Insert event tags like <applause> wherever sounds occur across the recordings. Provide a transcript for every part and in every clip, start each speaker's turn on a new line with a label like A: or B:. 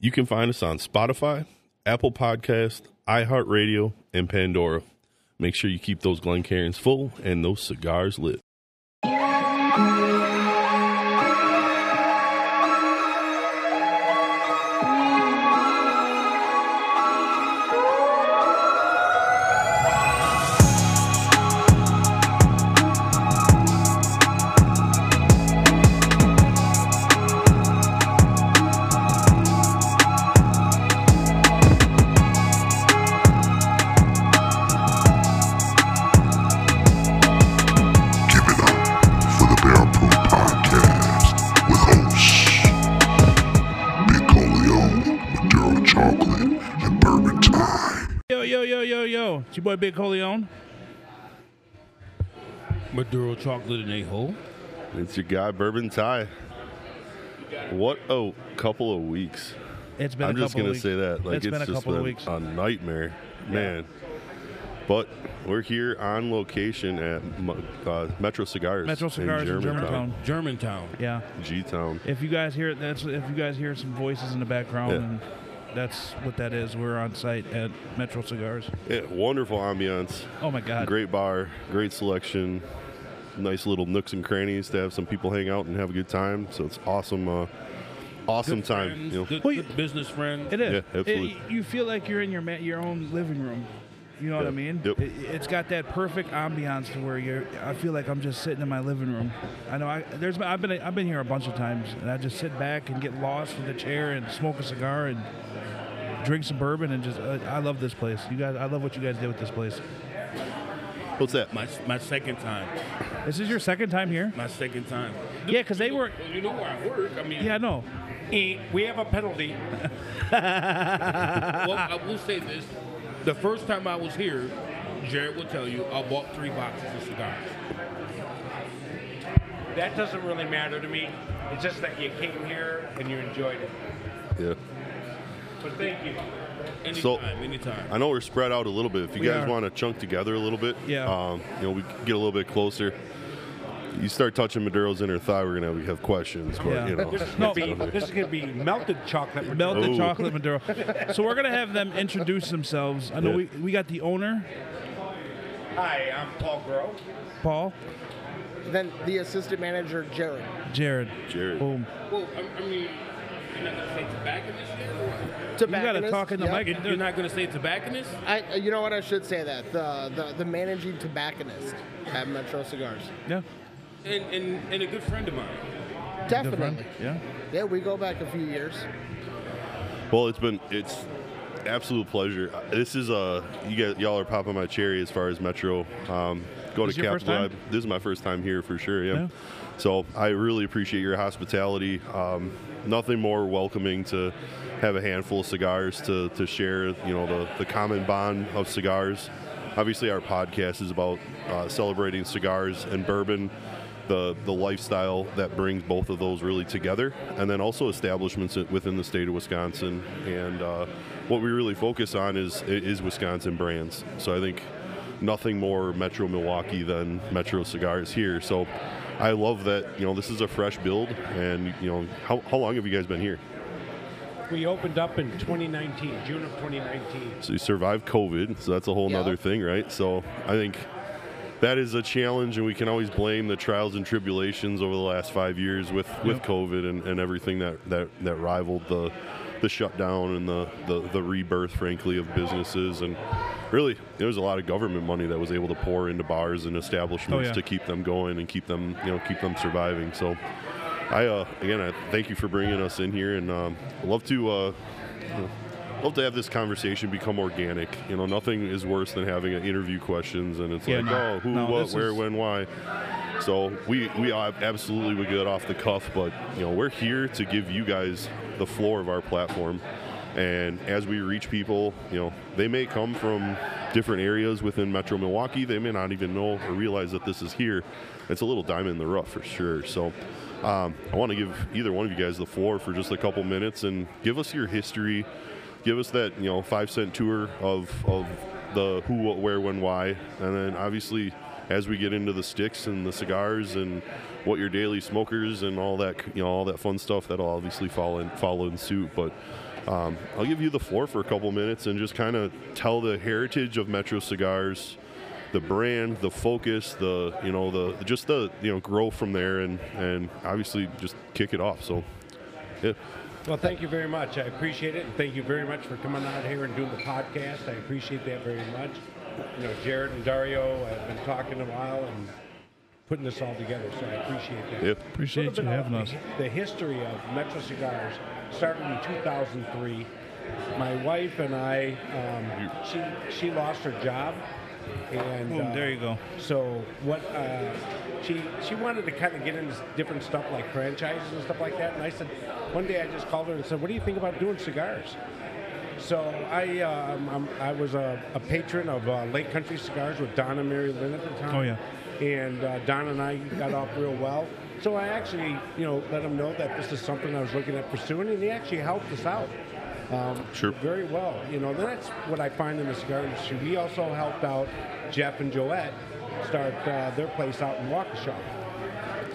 A: You can find us on Spotify, Apple Podcast, iHeartRadio, and Pandora. Make sure you keep those Glencairns full and those cigars lit.
B: Give it up for the Barrel Proof Podcast with hosts Big Coleon, Maduro Chocolate, and Bourbon Time.
C: Yo, yo, yo, yo, yo. It's your boy Big Coleon. Maduro chocolate in a hole.
A: It's your guy, Bourbon Ty. What a couple of weeks.
C: It's been
A: I'm
C: a couple
A: just gonna
C: of weeks.
A: say that. Like
C: it's
A: it's,
C: been a
A: just
C: couple
A: been
C: of weeks.
A: a nightmare, man. But we're here on location at Mo- uh, Metro Cigars.
C: Metro Cigars in Germantown.
D: Germantown.
C: Yeah.
A: G Town.
C: If you guys hear that's if you guys hear some voices in the background
A: Yeah.
C: and that's what that is. We're on site at Metro Cigars.
A: Yeah, Eh, wonderful ambiance.
C: Oh my god.
A: Great bar. Great selection. Nice little nooks and crannies to have some people hang out and have a good time. So it's awesome. Uh, awesome time.
D: Friends,
A: you know.
D: good,
C: Well, you-
D: good business friends.
C: It is.
A: Yeah,
C: It-
A: absolutely.
C: you feel like you're in your ma- your own living room. You know what I
A: Yep.
C: mean?
A: Yep.
C: It, it's got that perfect ambiance to where you're. I feel like I'm just sitting in my living room. I know. I there's. I've been. I've been here a bunch of times, and I just sit back and get lost in the chair and smoke a cigar and drink some bourbon and just. Uh, I love this place. You guys. I love what you guys did with this place.
A: What's that?
D: My, my second time.
C: This is your second time here.
D: My second time.
C: Yeah, because they were.
D: You know where I work. I mean,
C: Yeah, I know.
E: E,
D: eh, we have a penalty. well, I will say this. The first time I was here, Jared will tell you, I bought three boxes of cigars.
E: That doesn't really matter to me. It's just that you came here and you enjoyed it.
A: Yeah.
E: But thank you.
D: Anytime,
A: So-
D: anytime.
A: I know we're spread out a little bit. If you
C: We
A: guys
C: are.
A: want to chunk together a little bit,
C: Yeah.
A: um, you know, we get a little bit closer. You start touching Maduro's inner thigh, we're gonna have, have questions. But
C: Yeah.
A: you know,
E: This
C: <laughs>
E: is
C: No.
E: gonna be this is gonna be melted chocolate. with-
C: Melted
A: Ooh.
C: chocolate Maduro. so we're gonna have them introduce themselves. I know
A: Yeah.
C: we, we got the owner,
E: Hi, I'm Paul Groh.
C: Paul,
F: Then the assistant manager, Jared.
C: Jared.
A: Jared.
C: Boom.
D: well, Oh, I, I mean, you're not going to say tobacconist here or what?
C: You gotta
F: Tobacconist,
C: talk in the
F: yeah.
C: mic.
D: You- You're not going to say tobacconist?
F: I, uh, you know what? I should say that the the, the managing tobacconist at Metro Cigars.
C: Yeah.
D: And, and, and a good friend of mine.
C: Good friend.
F: Definitely.
C: Yeah.
F: Yeah, we go back a few years.
A: Well, it's been it's absolute pleasure. Uh, This is uh, you guys, y'all are popping my cherry as far as Metro. Um, go
C: This
A: to
C: your
A: Cap
C: first time?
A: Vibe. This is my first time here for sure. Yeah.
C: Yeah.
A: So I really appreciate your hospitality. Um, nothing more welcoming to have a handful of cigars to, to share. You know the the common bond of cigars. Obviously, our podcast is about uh, celebrating cigars and bourbon. The, the lifestyle that brings both of those really together, and then also establishments within the state of Wisconsin. And uh, what we really focus on is is Wisconsin brands. So I think nothing more Metro Milwaukee than Metro Cigars here. So I love that, you know, this is a fresh build and you know, how, how long have you guys been here?
E: We opened up in 2019, June of 2019.
A: So you survived COVID, so that's a whole
F: Yeah.
A: nother thing, right? So I think that is a challenge and we can always blame the trials and tribulations over the last five years with, with COVID and, and everything that, that, that rivaled the the shutdown and the, the, the rebirth frankly of businesses and really there was a lot of government money that was able to pour into bars and establishments
C: yeah.
A: to keep them going and keep them you know keep them surviving so I uh, again I thank you for bringing us in here and um, I'd love to uh, love to have this conversation become organic. You know, nothing is worse than having an interview questions and it's
C: Yeah,
A: like,
C: no.
A: oh, who,
C: No,
A: what,
C: this
A: where,
C: is-
A: when, why. So we we ab- absolutely would get off the cuff, but you know, we're here to give you guys the floor of our platform. And as we reach people, you know, they may come from different areas within Metro Milwaukee. They may not even know or realize that this is here. It's a little diamond in the rough for sure. So um, I want to give either one of you guys the floor for just a couple minutes and give us your history. Give us that you know five cent tour of of the who, what, where, when, why, and then obviously as we get into the sticks and the cigars and what your daily smokers and all that you know all that fun stuff that'll obviously fall in follow in suit. But Um, I'll give you the floor for a couple minutes and just kind of tell the heritage of Metro Cigars, the brand, the focus, the you know the just the you know growth from there, and and obviously just kick it off. So, yeah,
E: Well, thank you very much. I appreciate it. And thank you very much for coming out here and doing the podcast. I appreciate that very much. You know, Jared and Dario, I've been talking a while and putting this all together, so I appreciate that.
A: yeah,
E: Little
C: Appreciate
E: bit
C: you
E: of
C: having us.
E: The the history of Metro Cigars started in 2003. My wife and I, um, she she lost her job, and uh,
C: Boom, there you go.
E: So what? Uh, she she wanted to kind of get into different stuff like franchises and stuff like that. And I said, one day I just called her and said, "What do you think about doing cigars?" So I um, I'm, I was a, a patron of uh, Lake Country Cigars with Don and Mary Lynn at the time.
C: Oh, yeah.
E: And uh, Don and I got off real well. So I actually, you know, let him know that this is something I was looking at pursuing, and he actually helped us out. Um,
A: Sure.
E: Very well. You know, that's what I find in the cigar industry. We also helped out Jeff and Joette start uh, their place out in Waukesha.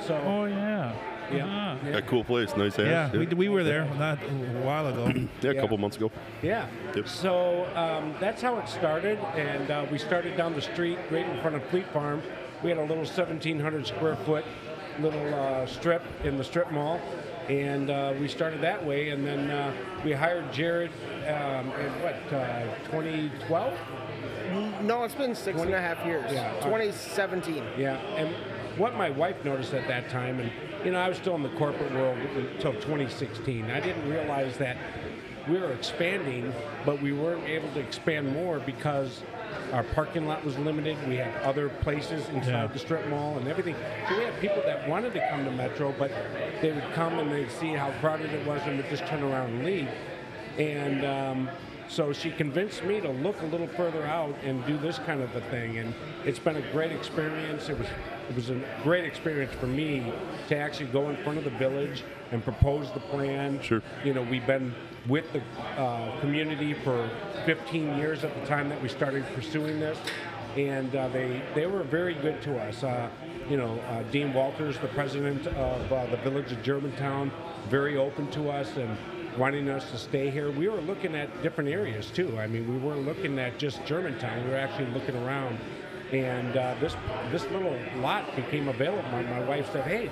E: So,
C: Oh yeah.
E: Yeah.
C: Ah.
A: yeah, cool place, nice ass.
C: Yeah, we, we were there not a
A: <clears throat>
C: while ago.
A: Yeah, a
E: Yeah.
A: couple months ago.
E: Yeah.
A: Yep.
E: So um, that's how it started, and uh, we started down the street, right in front of Fleet Farm. We had a little 1,700 square foot little uh, strip in the strip mall, and uh, we started that way. And then uh, we hired Jared um, in what uh, 2012.
F: No, it's been six and a half years.
E: Yeah.
F: 2017.
E: Yeah, and what my wife noticed at that time, and you know, I was still in the corporate world until 2016. I didn't realize that we were expanding, but we weren't able to expand more because our parking lot was limited. We had other places inside
C: Yeah.
E: the strip mall and everything. So we had people that wanted to come to Metro, but they would come and they'd see how crowded it was and would just turn around and leave. And um, so she convinced me to look a little further out and do this kind of a thing. And it's been a great experience. It was it was a great experience for me to actually go in front of the village and propose the plan.
A: Sure.
E: You know, we've been with the uh, community for 15 years at the time that we started pursuing this, and uh, they they were very good to us. Uh, you know, uh, Dean Walters, the president of uh, the village of Germantown, very open to us and wanting us to stay here. We were looking at different areas too. I mean, we weren't looking at just Germantown. We were actually looking around. And uh, this this little lot became available. My, my wife said, "Hey,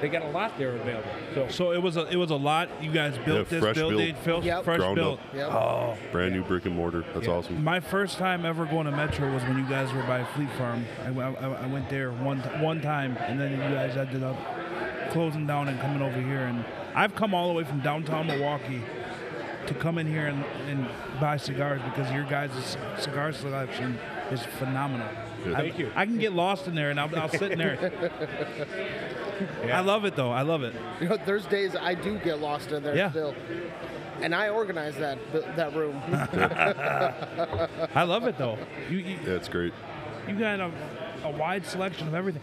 E: they got a lot there available." So
C: So it was a it was a lot. You guys built
A: Yeah,
C: this
A: fresh
C: building,
A: built.
C: built.
F: Yep.
C: fresh
A: Ground
C: built.
A: up.
F: Yep.
A: Brand new brick and mortar. That's awesome.
C: My first time ever going to Metro was when you guys were by Fleet Farm. I, I- I- I went there one one time, and then you guys ended up closing down and coming over here. And I've come all the way from downtown Milwaukee to come in here and, and buy cigars because your guys' cigar selection is phenomenal. I,
E: Thank you.
C: I can get lost in there, and I'll, I'll sit in
E: <laughs>
C: there. I love it though. I love it.
F: You know, there's days I do get lost in there
C: Yeah.
F: still. And I organize that that
C: <laughs>
F: room.
C: I love it though. You, you,
A: Yeah, it's great.
C: You got a, a wide selection of everything.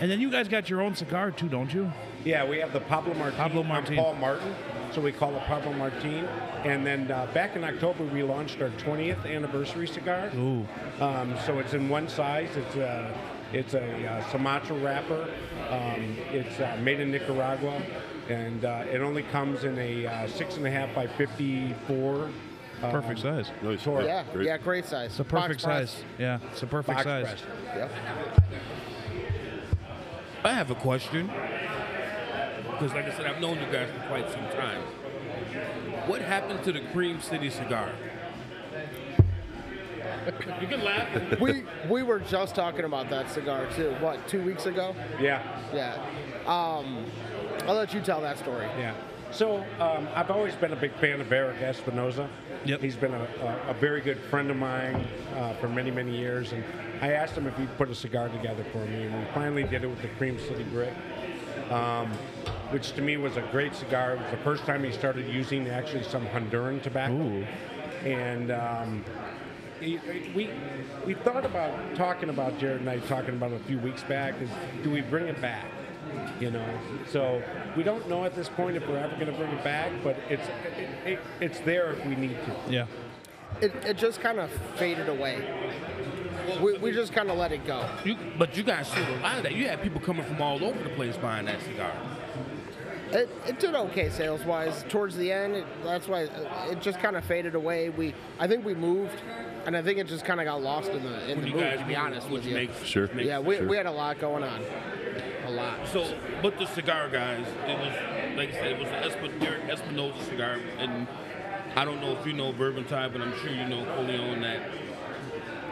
C: And then you guys got your own cigar too, don't you?
E: Yeah, we have the Pablo Martin.
C: Pablo
E: I'm
C: Martin.
E: Paul Martin, so we call it Pablo Martin. And then uh, back in October, we launched our 20th anniversary cigar.
C: Ooh.
E: Um, so it's in one size. It's a, it's a uh, Sumatra wrapper. Um, it's uh, made in Nicaragua, and uh, it only comes in a uh, six and a half by 54. um,
C: Perfect size.
A: Nice.
E: Tor-
F: yeah,
A: great.
F: yeah, great size.
C: It's a perfect
F: Box
C: size. Yeah, it's a perfect
E: Box
C: size.
E: press.
F: press. Yep.
D: I have a question. Because, like I said, I've known you guys for quite some time. What happened to the Cream City cigar? <coughs> you can laugh.
F: we we were just talking about that cigar too. What two weeks ago?
E: Yeah.
F: Yeah. Um, I'll let you tell that story.
E: Yeah. So um, I've always been a big fan of Eric Espinoza.
C: Yep.
E: He's been a, a, a very good friend of mine uh, for many, many years. And I asked him if he'd put a cigar together for me. And we finally did it with the Cream City Brick, um, which to me was a great cigar. It was the first time he started using actually some Honduran tobacco.
C: Ooh.
E: And um, he- we we thought about talking about Jared and I talking about it a few weeks back is do we bring it back? You know, so we don't know at this point if we're ever going to bring it back, but it's it, it, it's there if we need to.
C: Yeah.
F: It, it just kind of faded away. We, we just kind of let it go.
D: You, but you guys sold a lot of that. You had people coming from all over the place buying that cigar.
F: It, it did okay sales wise. Towards the end, it, that's why uh, it just kind of faded away. We, I think we moved, and I think it just kind of got lost in the in
D: When
F: the
D: you
F: move.
D: guys
F: To be
D: move,
F: honest
D: which
F: with you,
D: makes-
A: Sure.
D: makes
F: yeah, we,
A: sure.
F: we had a lot going on, a lot.
D: So, but the cigar guys, it was like I said, it was the Esp- Derek Espinosa cigar, and I don't know if you know Bourbon Tie, but I'm sure you know Coleon that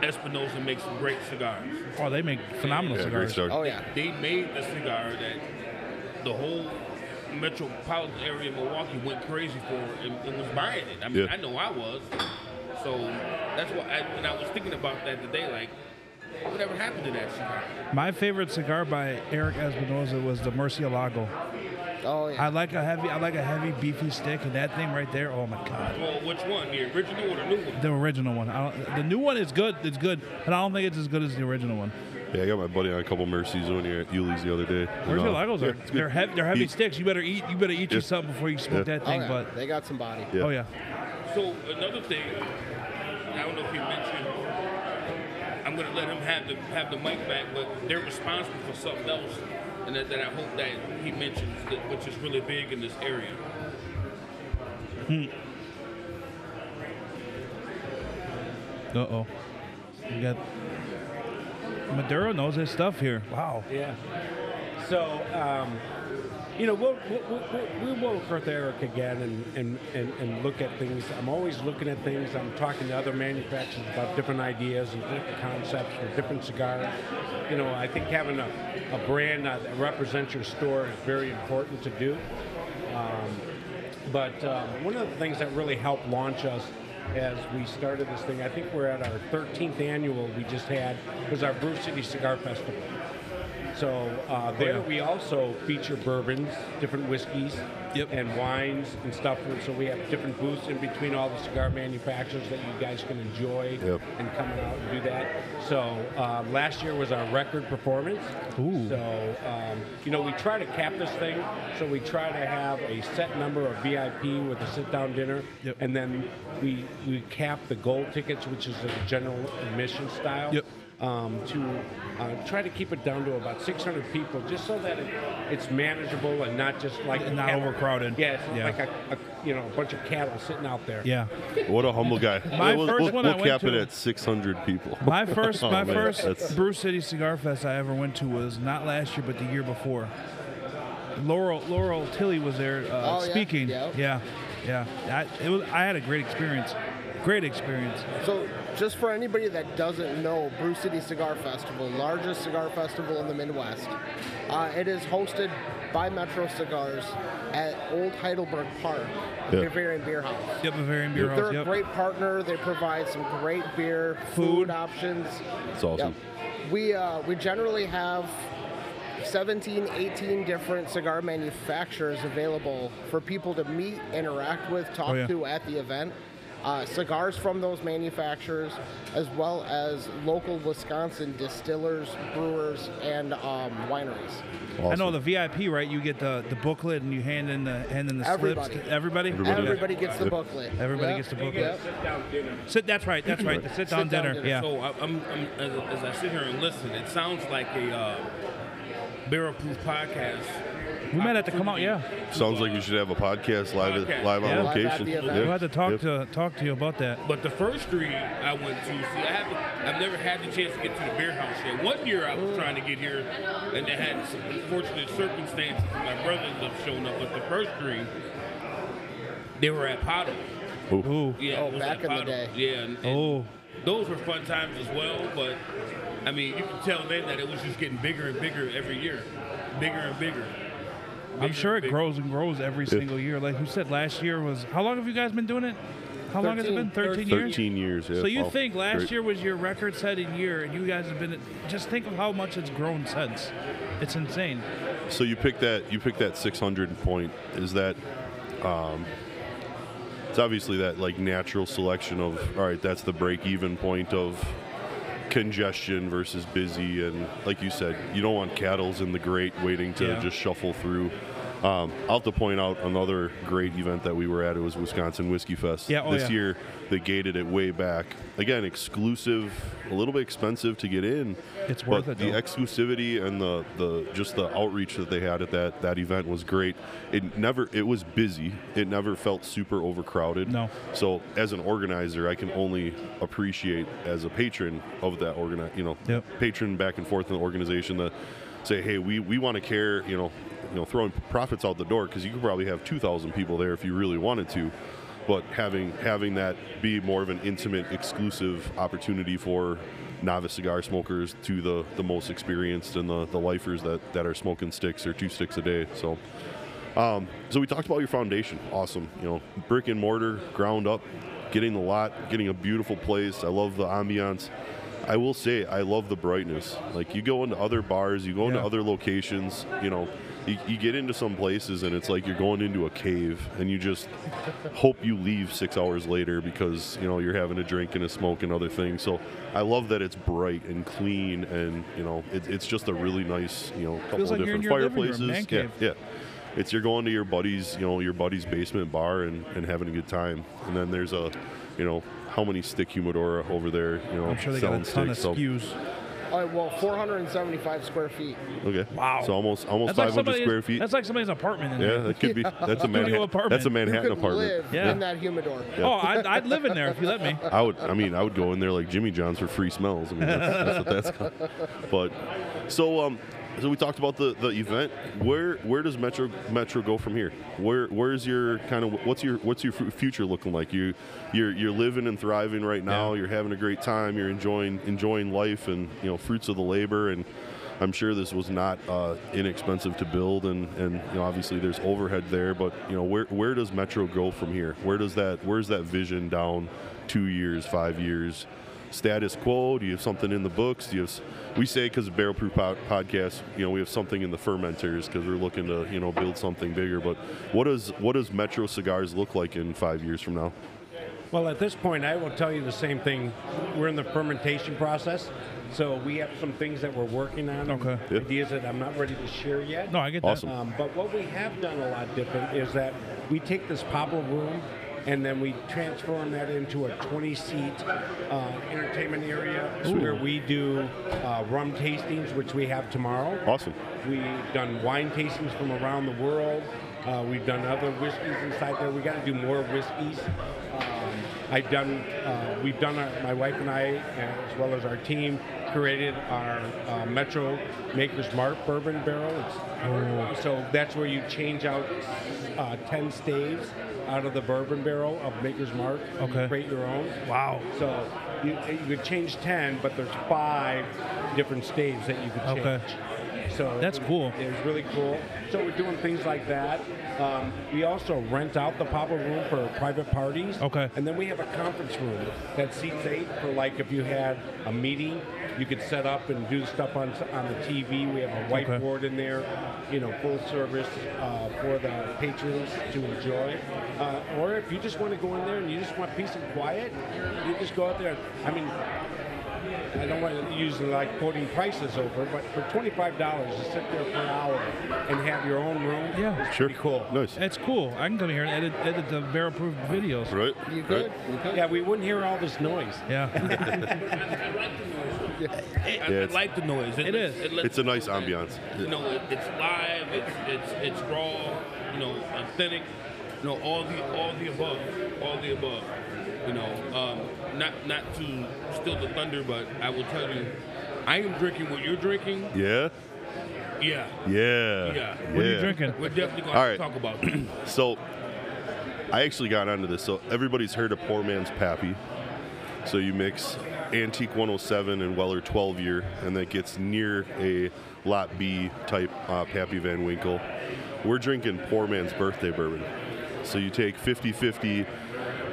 D: Espinosa makes great cigars.
C: Oh, they make phenomenal
A: Yeah, great
C: cigars.
A: start.
F: Oh yeah,
D: They made the cigar that the whole metropolitan area of Milwaukee went crazy for and, and was buying it. I mean,
A: Yeah.
D: I know I was. So that's why, I, and I was thinking about that today, like, whatever happened to that cigar?
C: My favorite cigar by Eric Espinosa was the Murcielago.
F: oh yeah.
C: I like a heavy, I like a heavy beefy stick, and that thing right there. Oh my god,
D: Well, which one, the original or the new one?
C: the original one. I don't, the new one is good. It's good, but I don't think it's as good as the original one.
A: Yeah, I got my buddy on a couple Mercies when here at Yuli's the other day. And, uh,
C: Murcielagos
A: yeah,
C: are
A: it's good.
C: they're heavy, they're heavy
A: Eat-
C: sticks. You better eat, you better eat
A: Yeah.
C: your something before you smoke
A: Yeah.
C: that
F: Oh,
C: thing.
F: yeah.
C: But
F: they got some body.
A: Yeah.
C: oh yeah,
D: So another thing, I don't know if you mentioned. I'm gonna let him have the have the mic back, but they're responsible for something else, and that, that I hope that he mentions, that, which is really big in this area.
C: uh oh, you got Maduro knows his stuff here. Wow,
E: Yeah. So, um, you know, we'll, we'll, we'll, we'll work with Eric again and, and, and, and look at things. I'm always looking at things. I'm talking to other manufacturers about different ideas and different concepts for different cigars. You know, I think having a, a brand that represents your store is very important to do. But um, one of the things that really helped launch us as we started this thing, I think we're at our 13th annual we just had, was our Brew City Cigar Festival. So
C: Oh,
E: uh, there we also feature bourbons, different whiskeys,
C: Yep.
E: and wines and stuff. And so we have different booths in between all the cigar manufacturers that you guys can enjoy
A: Yep.
E: and come out and do that. So um, last year was our record performance.
C: Ooh.
E: So so, um, you know, we try to cap this thing. So we try to have a set number of VIP with a sit-down dinner,
C: Yep.
E: and then we we cap the gold tickets, which is the general admission style.
C: Yep.
E: Um, to uh, try to keep it down to about 600 people, just so that it, it's manageable and not just like
C: And not
E: cattle-
C: overcrowded.
E: Yeah, it's not
C: Yeah.
E: like a, a you know a bunch of cattle sitting out there.
C: yeah.
A: What a humble
C: <laughs>
A: guy.
C: My
A: we'll,
C: first
A: we'll,
C: one I
A: we'll
C: went
A: cap it
C: to-
A: at 600 people.
C: <laughs> My first,
A: <laughs> Oh,
C: my
A: man,
C: first
A: that's-
C: Brew City Cigar Fest I ever went to was not last year, but the year before. Laurel Laurel Tilly was there uh,
F: Oh, yeah.
C: speaking.
F: Yeah.
C: yeah, yeah. I, it was. I had a great experience. Great experience.
F: So, just for anybody that doesn't know, Brew City Cigar Festival, largest cigar festival in the Midwest. Uh, it is hosted by Metro Cigars at Old Heidelberg Park, the
A: Yeah.
F: Bavarian Beer House.
C: Yep, Bavarian Beer
F: They're
C: House.
F: a
C: Yep.
F: great partner. They provide some great beer,
C: Food.
F: food options.
A: It's awesome.
F: Yep. We, uh, we generally have 17, 18 different cigar manufacturers available for people to meet, interact with, talk
C: Oh, yeah.
F: to at the event. Uh, cigars from those manufacturers, as well as local Wisconsin distillers, brewers, and um, wineries.
C: I know the VIP, right? You get the, the booklet and you hand in the hand in the
F: Everybody.
C: slips. To everybody.
A: Everybody.
C: Yeah.
F: Everybody gets the booklet.
C: Everybody gets the booklet. Sit. That's right. That's right. The sit down
F: Sit-down
C: dinner.
F: dinner.
C: Yeah.
D: So I, I'm, I'm as, as I sit here and listen, it sounds like a uh, barrel proof podcast.
C: we might have to come out. Yeah.
A: Sounds like we should have a podcast live
D: Podcast.
A: live on
C: Yeah.
F: Live at
A: location.
F: the event.
C: We'll have to talk
A: Yep.
C: to talk to you about that.
D: But the first three I went to, see, I haven't, I've never had the chance to get to the beer house yet. One year I was trying to get here, and they had some unfortunate circumstances. My brother ended up showing up, but the first three, they were at Pottle.
C: Ooh.
D: Yeah,
F: Oh,
D: it was
F: back
D: at
F: in the
D: Pottle.
F: day.
D: Yeah, and, and
C: Oh.
D: those were fun times as well. But I mean, you can tell then that it was just getting bigger and bigger every year, bigger and bigger.
C: I'm sure it
D: big-
C: grows and grows every single year. Like you said, last year was how long have you guys been doing it? How long has it been? 13 years.
A: 13 years. yeah.
C: So you
A: Wow.
C: think last
A: Great.
C: year was your record-setting year, and you guys have been? Just think of how much it's grown since. It's insane.
A: So you pick that. You pick that 600 point. Is that? Um, it's obviously that like natural selection of all right. That's the break-even point of congestion versus busy, and like you said, you don't want cattle's in the grate waiting to
C: Yeah.
A: just shuffle through. Um, I'll have to point out another great event that we were at. It was Wisconsin Whiskey Fest.
C: Yeah, oh
A: this
C: yeah.
A: year they gated it way back. Again, exclusive, a little bit expensive to get in.
C: It's
A: but
C: worth it,
A: The
C: though.
A: exclusivity and the, the just the outreach that they had at that that event was great. It never it was busy. It never felt super overcrowded.
C: No.
A: So as an organizer, I can only appreciate as a patron of that organi- you know,
C: Yep.
A: patron back and forth in the organization that say, hey, we, we want to care, you know, you know, throwing profits out the door because you could probably have two thousand people there if you really wanted to, but having having that be more of an intimate, exclusive opportunity for novice cigar smokers to the, the most experienced and the, the lifers that, that are smoking sticks or two sticks a day. So um, so we talked about your foundation. Awesome. You know, brick and mortar, ground up, getting the lot, getting a beautiful place. I love the ambiance. I will say, I love the brightness. Like you go into other bars, you go into
C: Yeah.
A: other locations. You know, you, you get into some places and it's like you're going into a cave, and you just hope you leave six hours later because you know you're having a drink and a smoke and other things. So I love that it's bright and clean, and you know, it, it's just a really nice, you know, couple
C: Feels
A: of
C: like you're in
A: different
C: your living room,
A: fireplaces.
C: man
A: Yeah,
C: cave.
A: yeah. It's you're going to your buddy's, you know, your buddy's basement bar and, and having a good time. And then there's a, you know, how many stick humidor over there, you know,
C: I'm sure they
A: selling
C: got a ton of
A: sticks.
C: SKUs.
F: All right, well, 475 square feet.
A: So, okay. Wow. So almost almost
C: That's like,
A: 500
C: somebody's,
A: square feet.
C: that's like somebody's apartment in
A: yeah,
C: there.
A: that could
C: <laughs>
A: be. That's a
C: Studio
A: Manhattan.
C: apartment.
A: That's a
F: You
A: Manhattan
F: could
A: apartment.
F: live
C: Yeah.
F: in that humidor.
C: Oh, I'd, I'd live in there if you let me.
A: I would. I mean, I would go in there like Jimmy John's for free smells. I mean, that's, that's <laughs> what that's. Called. But so um, so we talked about the the event. Where where does Metro Metro go from here? Where where is your kind of what's your what's your fu- future looking like? You you're you're living and thriving right now. You're having a great time. You're enjoying enjoying life and you know fruits of the labor and. I'm sure this was not uh, inexpensive to build, and, and you know, obviously there's overhead there. But you know, where where does Metro go from here? Where does that where's that vision down two years, five years? Status quo? Do you have something in the books? Do you have, s- we say because of Barrel Proof Pod- Podcast, you know, we have something in the fermenters because we're looking to you know build something bigger. But what does what does Metro cigars look like in five years from now?
E: Well, at this point, I will tell you the same thing. We're in the fermentation process, so we have some things that we're working on.
C: Okay.
A: Yeah.
E: Ideas that I'm not ready to share yet.
C: No, I get
A: Awesome.
C: that.
E: Um, but what we have done a lot different is that we take this Pablo room and then we transform that into a 20 seat uh, entertainment area where we do uh, rum tastings, which we have tomorrow.
A: Awesome.
E: We've done wine tastings from around the world. Uh, we've done other whiskeys inside there. We got to do more whiskeys. Um, I've done. Uh, we've done. Our, my wife and I, uh, as well as our team, created our uh, Metro Maker's Mark bourbon barrel. It's, So that's where you change out uh, ten staves out of the bourbon barrel of Maker's Mark. and you
C: Okay.
E: Create your own.
C: Wow.
E: So you, you could change 10, but there's five different staves that you could change.
C: Okay.
E: So
C: That's
E: it-
C: cool.
E: It was really cool. So we're doing things like that. Um, we also rent out the pop-up room for private parties.
C: Okay.
E: And then we have a conference room that seats eight for like if you had a meeting, you could set up and do stuff on on the TV. We have a
C: Okay.
E: whiteboard in there, you know, full service uh, for the patrons to enjoy. Uh, or if you just want to go in there and you just want peace and quiet, you just go out there. I mean, I don't want to use like quoting prices over, but for twenty-five dollars to sit there for an hour and have your own room,
C: Yeah.
E: is
A: Sure.
E: pretty cool.
A: Nice.
C: It's cool. I can come here and edit, edit the barrel proof videos.
A: Right.
F: You
A: Right?
F: could. You could.
E: Yeah, we wouldn't hear all this noise.
C: Yeah. <laughs>
D: I, I
A: it's-
D: like the noise.
C: it
D: lets-
C: is.
D: lets-
A: It's a nice ambiance.
D: You know, it, it's live. It's it's it's raw. You know, authentic. You know, all the all the above, all the above. You know, um, not not to steal the thunder, but I will tell you, I am drinking what you're drinking.
A: Yeah.
D: Yeah,
A: Yeah.
D: Yeah.
C: What are
A: <laughs>
C: you drinking?
D: we're definitely going
A: All
D: to
A: right.
D: talk about. That.
A: So I actually got onto this. So everybody's heard of poor man's pappy. So you mix antique 107 and Weller 12 year, and that gets near a lot B type uh, pappy Van Winkle. We're drinking poor man's birthday bourbon. So you take 50 50,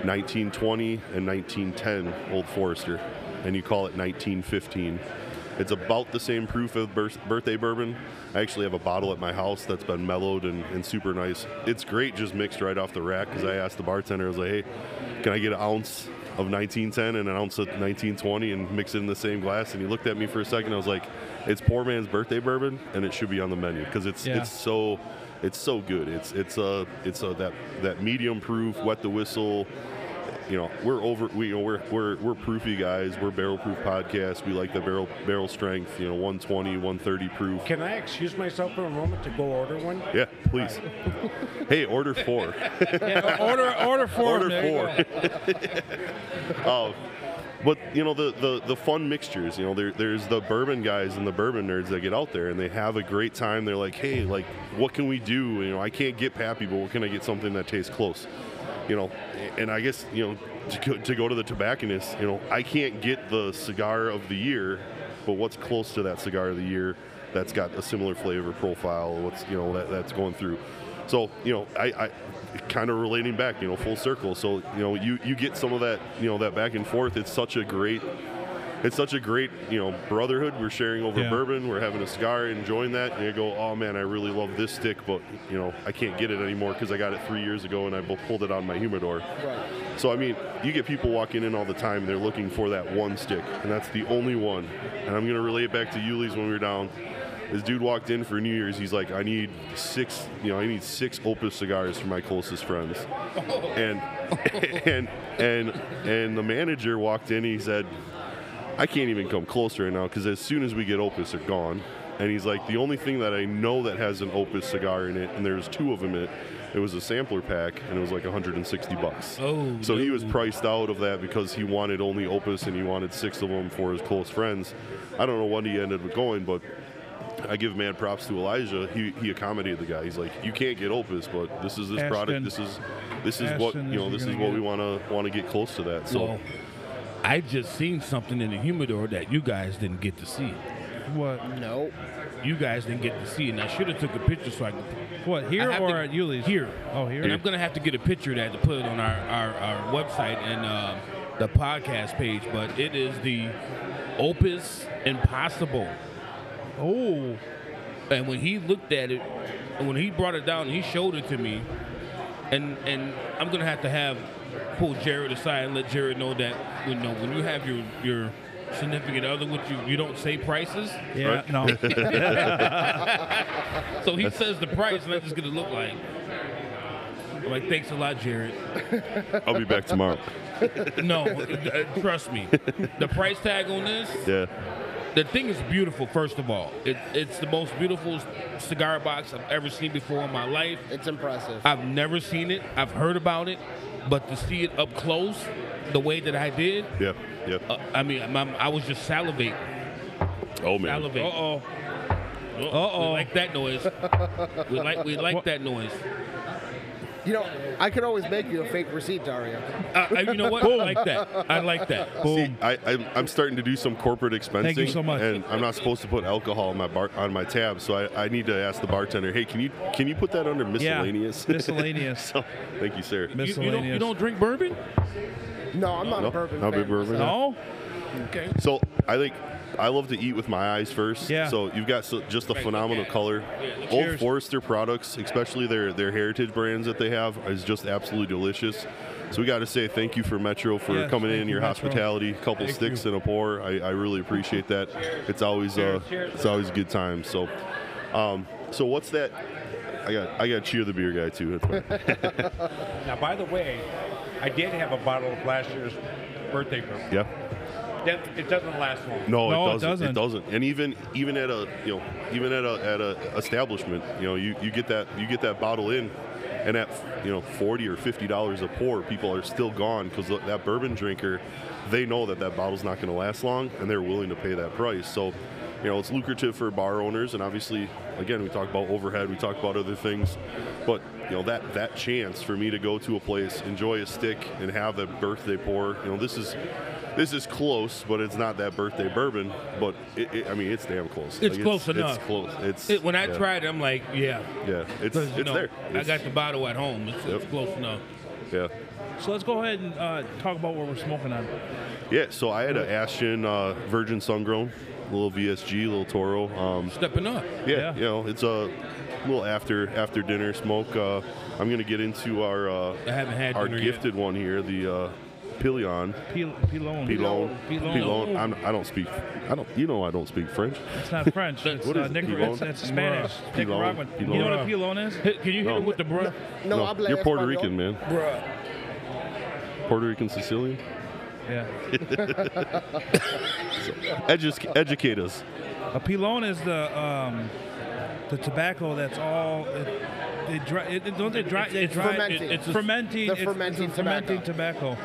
A: 1920, and 1910 Old Forester, and you call it 1915. It's about the same proof of birth- birthday bourbon. I actually have a bottle at my house that's been mellowed and, and super nice. It's great just mixed right off the rack because I asked the bartender, I was like, hey, can I get an ounce of 1910 and an ounce of 1920 and mix it in the same glass? And he looked at me for a second. I was like, it's poor man's birthday bourbon and it should be on the menu because it's,
C: Yeah.
A: it's so it's so good. It's it's a it's a that that medium proof, wet the whistle. You know, we're over. We you know we're we're we're proofy guys. We're barrel proof podcast. We like the barrel barrel strength. You know, 120, 130 proof.
E: Can I excuse myself for a moment to go order one?
A: Yeah, please. Hey, order four.
C: order order four.
A: Order
C: there you go.
A: four. Oh, but you know the, the the fun mixtures. You know there there's the bourbon guys and the bourbon nerds that get out there and they have a great time. They're like, hey, like what can we do? You know, I can't get Pappy, but what can I get something that tastes close? You know, and I guess you know to go, to go to the tobacconist. You know, I can't get the cigar of the year, but what's close to that cigar of the year that's got a similar flavor profile? What's you know that, that's going through? So you know, I, I kind of relating back, you know, full circle. So you know, you you get some of that, you know, that back and forth. It's such a great, it's such a great, you know, brotherhood. We're sharing over
C: Yeah.
A: bourbon. We're having a cigar, enjoying that, and you go, oh man, I really love this stick, but you know, I can't get it anymore because I got it three years ago and I bu- pulled it on my humidor.
F: Right.
A: So I mean, you get people walking in all the time. They're looking for that one stick, and that's the only one. And I'm gonna relate it back to Yuli's when we were down. This dude walked in for New Year's. He's like, I need six, you know, I need six Opus cigars for my closest friends. And and and and the manager walked in. He said, I can't even come close right now because as soon as we get Opus, they're gone. And he's like, the only thing that I know that has an Opus cigar in it, and there's two of them in it, it was a sampler pack, and it was like 160 bucks.
D: Oh,
A: so he was priced out of that because he wanted only Opus, and he wanted six of them for his close friends. I don't know what he ended up going, but I give mad props to Elijah. He, he accommodated the guy. He's like, you can't get Opus, but this is this product.
C: Ashton.
A: This is this is what you
C: Ashton is
A: know.
C: you're
A: This is
C: gonna
A: what
C: get.
A: we want to want to get close to that. So.
D: Well, I just seen something in the humidor that you guys didn't get to see.
C: What?
F: No.
D: You guys didn't get to see, and I should have took a picture so I could.
C: What? Here
D: I have
C: or
D: to-
C: at Yuli's?
D: Here.
C: Oh, here.
D: And I'm gonna have to get a picture of that to put it on our our, our website and uh, the podcast page. But it is the Opus Impossible.
C: Oh,
D: And when he looked at it, and when he brought it down, he showed it to me. And and I'm gonna have to have pull Jared aside and let Jared know that you know when you have your your significant other with you, you don't say prices.
C: yeah.
A: Right.
C: No.
D: So he says the price, and that's just gonna look like. I'm like, thanks a lot, Jared.
A: <laughs> I'll be back tomorrow.
C: <laughs>
D: No, uh, trust me. The price tag on this,
A: Yeah.
D: the thing is beautiful. First of all, it, it's the most beautiful cigar box I've ever seen before in my life.
F: It's impressive.
D: I've never seen it. I've heard about it, but to see it up close, the way that I did,
A: Yeah. Yeah.
D: uh, I mean, I'm, I'm- I was just salivating.
A: oh man.
D: Salivating.
C: oh.
D: We like that noise. we like we like that noise.
F: You know, I could always make you a fake receipt, Dario.
D: Uh, uh, you know what? <laughs> I like that. I like that.
A: See, I, I'm, I'm starting to do some corporate expensing.
C: Thank you so much.
A: And I'm not supposed to put alcohol on my bar on my tab, so I, I need to ask the bartender. Hey, can you can you put that under
C: Yeah.
A: miscellaneous?
D: <laughs>
C: Miscellaneous.
A: <laughs> so, thank you, sir.
D: You, you don't, you
C: Miscellaneous.
D: don't drink bourbon?
F: No, I'm not
A: No,
F: a bourbon.
A: not a
F: fan.
A: big bourbon.
C: No.
D: Okay.
A: So I think I love to eat with my eyes first.
C: Yeah.
A: So you've got so, just the phenomenal color. Old
C: Cheers.
A: Forester products, especially their their heritage brands that they have, is just absolutely delicious. So we got to say thank you for Metro for
C: Yes,
A: coming
C: thank
A: in,
C: you,
A: your
C: Metro.
A: hospitality, a couple sticks and a pour. I, I really appreciate that. It's always uh, it's always a good time. So, um, so what's that? I got I got to cheer the beer guy too. That's fine.
E: Now, by the way, I did have a bottle of last year's birthday bourbon.
A: yeah.
E: That, it doesn't last long.
A: No,
C: No,
A: it,
C: it
A: doesn't. it
C: doesn't.
A: doesn't. And even even at a you know even at a at a establishment, you know you, you get that you get that bottle in, and at you know forty or fifty dollars a pour, people are still gone because that bourbon drinker, they know that that bottle's not going to last long, and they're willing to pay that price. So. You know, it's lucrative for bar owners, and obviously, again, we talk about overhead, we talk about other things, but you know that that chance for me to go to a place, enjoy a stick, and have that birthday pour. You know, this is this is close, but it's not that birthday bourbon. But it, it, I mean, it's damn close.
D: It's close enough.
A: It's close. It's
D: It, when I
A: yeah,
D: tried it, I'm like, yeah.
A: yeah, it's
D: 'Cause,
A: it's
D: you know,
A: there.
D: I got the bottle at home. It's, it's
A: Yep.
D: close enough.
A: yeah.
C: So let's go ahead and uh, talk about what we're smoking on.
A: Yeah, so I had an Ashton uh, Virgin Sungrown, a little VSG, a little Toro. Um,
D: Stepping up.
A: yeah,
C: Yeah.
A: you know, it's a little after after dinner smoke. Uh, I'm gonna get into our uh,
D: I haven't had
A: our
D: dinner yet.
A: gifted one here, the uh, Pillion.
C: Pil- Pilon.
A: Pilon.
C: Pilon.
A: Pilon. I'm, I don't speak. I don't. You know I don't speak French.
C: It's not French. it's,
A: What
C: uh,
A: is it,
C: Nicar-
A: Pilon?
C: it's, it's Spanish.
A: Pilon.
C: Nicaraguan.
A: Pilon.
C: You know what a Pilon is?
D: Hit- Can you hit
A: No.
D: him with the bruh?
F: No, habla
A: you're Puerto
F: español.
A: Rican, man.
D: Bruh.
A: Puerto Rican Sicilian.
C: Yeah.
A: Edu- educate us.
C: A pilon is the um, the tobacco that's all. It, they dry, it, it- don't they dry? They
F: it's
C: dry
F: fermenting.
C: It, it's a- fermenting.
F: The
C: it's-
F: fermenting
C: it's a fermenting tobacco.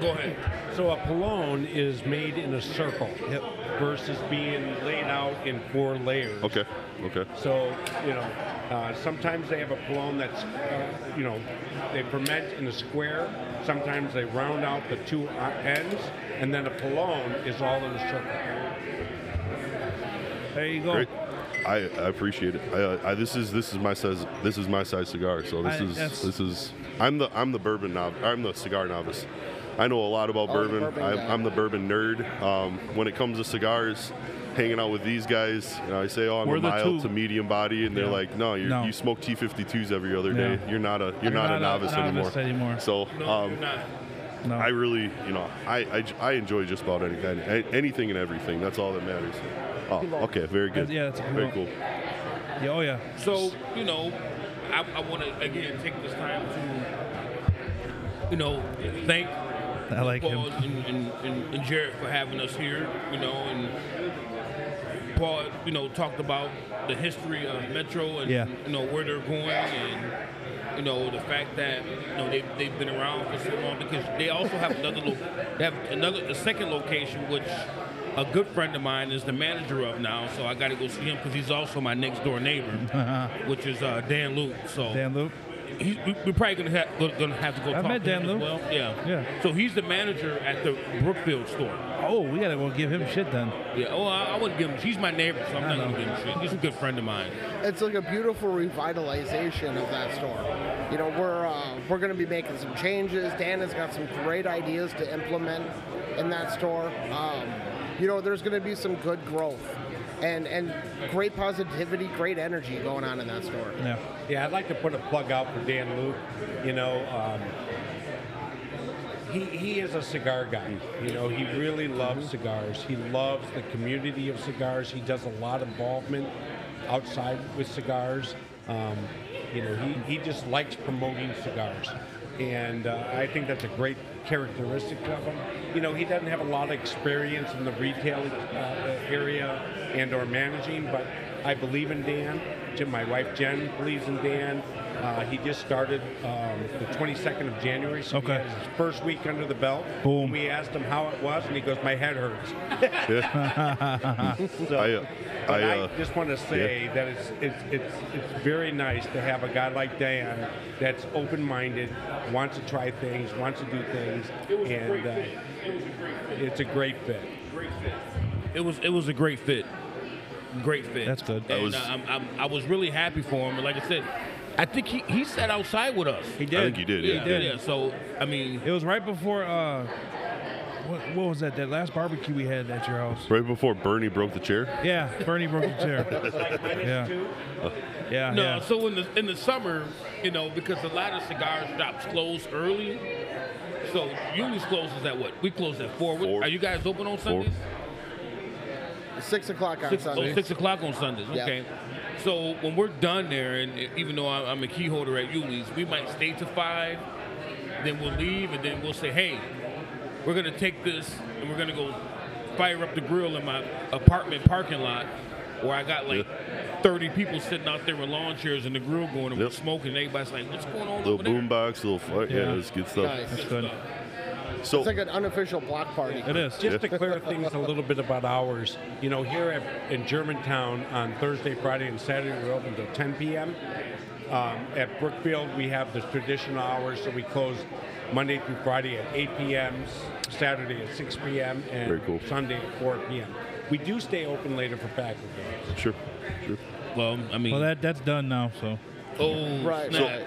D: Go ahead.
E: So a polone is made in a circle
C: Yep.
E: versus being laid out in four layers.
A: Okay. Okay.
E: So, you know, uh, sometimes they have a polone that's, uh, you know, they ferment in a square. Sometimes they round out the two uh, ends, and then a polone is all in a circle.
C: There you go.
A: Great. I, I appreciate it. I, I, this is this is my size. This is my size cigar. So this
C: I-
A: is
C: that's-
A: this is. I'm the I'm the bourbon nov. I'm the cigar novice. I know a lot about
F: Oh, the
A: bourbon.
F: bourbon
A: I'm,
F: guy.
A: I'm the bourbon nerd. Um, when it comes to cigars, hanging out with these guys, you know, I say, oh, I'm
C: We're
A: a
C: the
A: mild
C: two.
A: to medium body, and they're
C: Yeah.
A: like, no, you
C: No.
A: you smoke T52s every other day.
C: Yeah.
A: You're not a you're not, a novice, anymore.
C: anymore.
A: So
D: No,
A: um,
D: you're not.
C: No.
A: I really, you know, I, I, j- I enjoy just about any, any- anything and everything. That's all that matters. Oh, okay, very good.
C: Yeah, that's a
A: very cool.
C: pillow. yeah, oh yeah.
D: So, you know, I, I want to, again, take this time to, you know, thank
C: I like
D: Paul
C: him.
D: and, and, and, and Jared for having us here, you know, and Paul, you know, talked about the history of Metro and,
C: Yeah.
D: you know, where they're going and, you know, the fact that, you know, they, they've been around for so long because they also have another, lo- they have another, a second location, which a good friend of mine is the manager of now, so I got to go see him because he's also my next door
C: <laughs>
D: neighbor, which is uh, Dan Luke. So
C: Dan Luke.
D: he, we- we're probably gonna have, gonna, gonna have to go
C: I've
D: talk
C: met
D: to him
C: Dan
D: as
C: Lou.
D: well. Yeah.
C: Yeah.
D: So he's the manager at the Brookfield store.
C: Oh, we gotta go give him shit then.
D: Yeah. Oh, I, I wouldn't give him. He's my neighbor, so I'm
C: I
D: not
C: know.
D: gonna give him shit. He's a good friend of mine.
F: It's like a beautiful revitalization of that store. You know, we're uh, we're going to be making some changes. Dan has got some great ideas to implement in that store. Um, you know, there's going to be some good growth and and great positivity, great energy going on in that store.
C: Yeah.
E: Yeah, I'd like to put a plug out for Dan Luke. You know, um, he, he is a cigar guy. You know, he really loves cigars. He loves the community of cigars. He does a lot of involvement outside with cigars. Um, you know, he, he just likes promoting cigars. And uh, I think that's a great characteristic of him. You know, he doesn't have a lot of experience in the retail uh, area and or managing, but I believe in Dan. Jim- My wife Jen believes in Dan. Uh, he just started um, the 22nd of January, so he
C: Okay.
E: has his first week under the belt.
C: Boom.
E: We asked him how it was, and he goes, "My head hurts." so,
A: I, uh,
E: but
A: I,
E: I,
A: uh,
E: just want to say that it's, it's it's it's very nice to have a guy like Dan that's open-minded, wants to try things, wants to do things, and uh, it's a great fit.
D: It was it was a great fit. Great fit.
C: That's good.
D: And,
A: I was-
D: uh, I'm, I'm, I was really happy for him. And like I said, I think he, he sat outside with us.
C: He
A: I
C: did.
A: think you did. Yeah.
D: Yeah. So I mean,
C: It was right before. uh what, what was that? That last barbecue we had at your house.
A: Right before Bernie broke the chair.
C: Yeah, Bernie broke the chair. Yeah. Yeah.
D: No,
C: yeah.
D: so in the in the summer, you know, because a lot of cigar shops close early. So Yuli's closes at what? We close at four.
A: Four.
D: Are you guys open on Sundays?
F: Six o'clock on
D: Six,
F: Sunday.
D: oh, six o'clock on Sundays.
F: Yeah.
D: Okay. So when we're done there, and e, even though I'm I'm a key holder at Yuli's, we might stay to five, then we'll leave, and then we'll say, hey, we're gonna take this and we're gonna go fire up the grill in my apartment parking lot where I got like 30 people sitting out there with lawn chairs and the grill going and we're
A: Yep.
D: smoking and everybody's like, what's going on
A: Little
D: over there?"
A: boom box, little fire. Yeah,
C: Yeah.
A: it's good stuff.
F: Nice.
C: That's good.
A: So,
F: It's like an unofficial block party.
C: It is.
E: Just to clear things a little bit about hours, you know, here at, in Germantown on Thursday, Friday, and Saturday, we're open till 10 p.m. Um, at Brookfield, we have the traditional hours, so we close Monday through Friday at 8 p.m., Saturday at 6 p.m., and
A: Very cool.
E: Sunday at 4 p.m. We do stay open later for faculty.
A: sure, sure.
D: Well, I mean,
C: Well, that that's done now. So.
D: oh,
F: Right.
D: snap.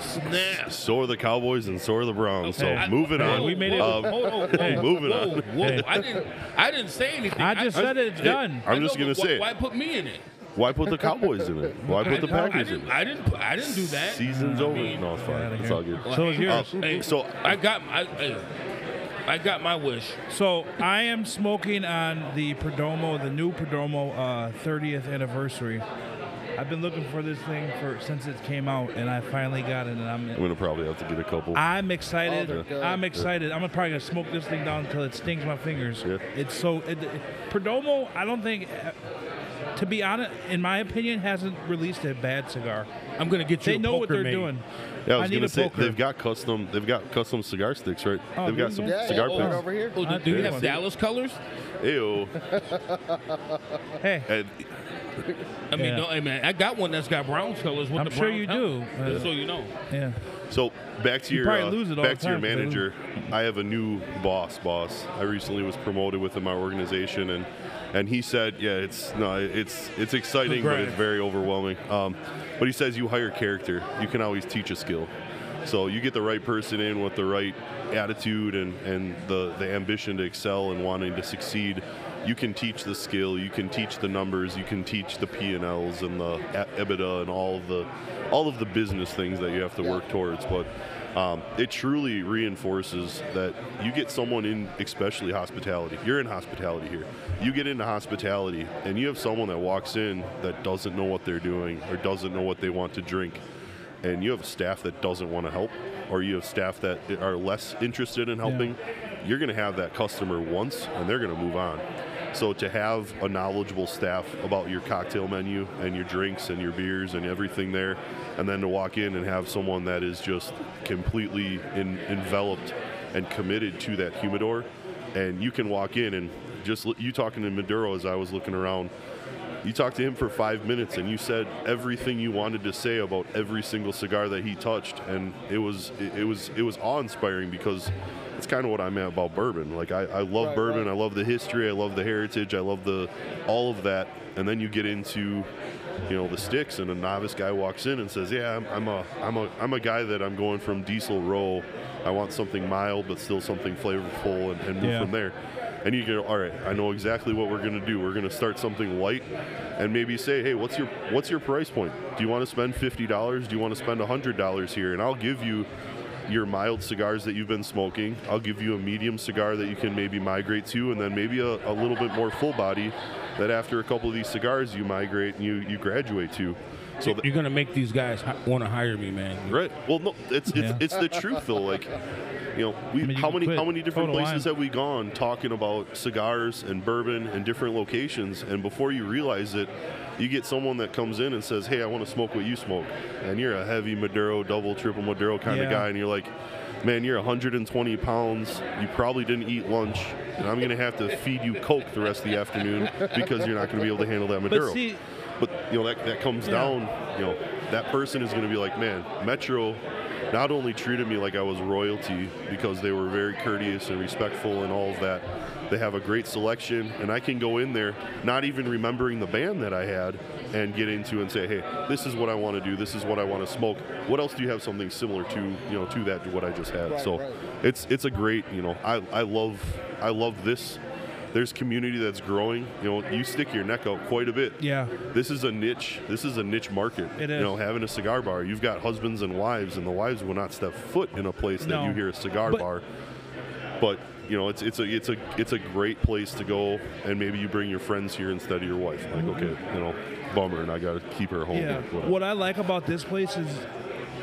D: snap.
A: So are the Cowboys and so are the Browns. So
C: Okay.
A: moving
C: Hey,
A: on.
C: we made it-
A: Um, <laughs>
D: Hold on,
A: Hey.
D: whoa,
A: Moving
D: whoa,
A: on.
D: Whoa,
C: Hey.
D: I didn't, I didn't say anything.
C: I just said it, it's
A: Hey,
C: done.
A: I'm
D: I
A: just
D: know,
A: gonna
D: but why,
A: say it.
D: Why put me in it?
A: Why put the Cowboys in it? Why put the
D: I,
A: Packers in
D: didn't,
A: it?
D: I didn't. put- I didn't do that.
A: Season's over.
D: mean,
A: No, it's fine.
C: outta
A: It's
C: here.
A: all good.
C: So is yours.
A: Um,
D: Hey,
A: so
D: I got. I, I, I got my wish.
C: So I am smoking on the Perdomo, the new Perdomo uh, 30th anniversary. I've been looking for this thing for since it came out, and I finally got it, and
A: I'm
C: I'm.
A: gonna probably have to get a couple.
C: I'm
F: Oh, they're
C: excited.
F: good.
C: I'm excited. I'm probably gonna smoke this thing down until it stings my fingers.
A: Yeah.
C: It's so. It, it- Perdomo, I don't think, uh, to be honest, in my opinion, hasn't released a bad cigar.
G: I'm gonna get you.
C: They
G: a
C: know what
G: poker
C: they're
G: mate.
C: doing.
A: yeah, I was
C: need
A: gonna
C: a
A: say
C: poker.
A: they've got custom. They've got custom cigar sticks, right?
C: Oh,
A: they've got
C: do
A: some
C: they?
F: Yeah,
A: cigar
F: yeah,
A: picks.
F: over here.
D: Oh, do, do you
C: Yeah.
D: have Dallas colors?
A: Ew.
C: hey,
A: And
D: I mean,
C: Yeah.
D: no, hey man, I got one that's got brown colors. With
C: I'm
D: the
C: sure
D: brown
C: you
D: top.
C: do. Uh,
D: so you know.
C: yeah.
A: so back to
C: You
A: your
C: probably
A: uh,
C: lose it all
A: back
C: the
A: to your
C: time 'cause they lose-
A: manager. I have a new boss. Boss. I recently was promoted within my organization, and and he said, yeah, it's no, it's it's exciting, but it's
C: Congrats.
A: very overwhelming. Um, but he says you hire character. You can always teach a skill. So you get the right person in with the right attitude and, and the, the ambition to excel and wanting to succeed. You can teach the skill. You can teach the numbers. You can teach the P and Ls and the E- EBITDA and all of the all of the business things that you have to work towards. But um, it truly reinforces that you get someone in, especially hospitality. You're in hospitality here. You get into hospitality, and you have someone that walks in that doesn't know what they're doing or doesn't know what they want to drink and you have staff that doesn't want to help or you have staff that are less interested in helping you're going to have that customer once and they're going to move on so to have a knowledgeable staff about your cocktail menu and your drinks and your beers and everything there and then to walk in and have someone that is just completely in, enveloped and committed to that humidor and you can walk in and just l- you talking to maduro as i was looking around you talked to him for five minutes and you said everything you wanted to say about every single cigar that he touched, and it was it, it was it was awe inspiring because it's kind of what I'm at about bourbon. Like I, I love
F: Right,
A: bourbon,
F: right.
A: I love the history, I love the heritage, I love the all of that, and then you get into you know the sticks, and a novice guy walks in and says, "Yeah, I'm, I'm a I'm a I'm a guy that I'm going from diesel roll. I want something mild but still something flavorful, and, and move
C: Yeah.
A: from there." there. And you go, all right, I know exactly what we're going to do. We're going to start something light, and maybe say, hey, what's your what's your price point? Do you want to spend fifty dollars? Do you want to spend hundred dollars here? And I'll give you your mild cigars that you've been smoking. I'll give you a medium cigar that you can maybe migrate to, and then maybe a, a little bit more full body that after a couple of these cigars you migrate and you you graduate to. So th-
D: You're gonna make these guys want to hire me, man.
A: Right. Well, no, it's it's,
C: Yeah.
A: it's the truth though. Like, you know, we
C: I mean, you
A: how
C: can
A: many
C: quit
A: how many different
C: Total
A: places
C: Wine.
A: have we gone talking about cigars and bourbon and different locations, and before you realize it, you get someone that comes in and says, "Hey, I want to smoke what you smoke," and you're a heavy Maduro, double, triple Maduro kind of
C: Yeah.
A: guy, and you're like. Man, you're 120 pounds. You probably didn't eat lunch, and I'm gonna have to feed you Coke the rest of the afternoon because you're not gonna be able to handle that Maduro.
C: see-
A: But you know that that comes down. You know that person is going to be like, man, Metro not only treated me like I was royalty because they were very courteous and respectful and all of that. They have a great selection, and I can go in there not even remembering the band that I had and get into and say, hey, this is what I want to do. This is what I want to smoke. What else do you have something similar to you know to that to what I just had?
F: Right,
A: so
F: right.
A: it's it's a great you know I I love I love this. There's community that's growing. You know, you stick your neck out quite a bit
C: Yeah.
A: this is a niche. This is a niche market.
C: It
A: You
C: is.
A: know, having a cigar bar, you've got husbands and wives, and the wives will not step foot in a place that
C: No.
A: you hear a cigar
C: But-
A: bar. But you know, it's it's a it's a it's a great place to go, and maybe you bring your friends here instead of your wife. Like, okay, you know, bummer, and I got to keep her home.
C: Mm-hmm. Yeah.
A: or whatever.
C: What I like about this place is,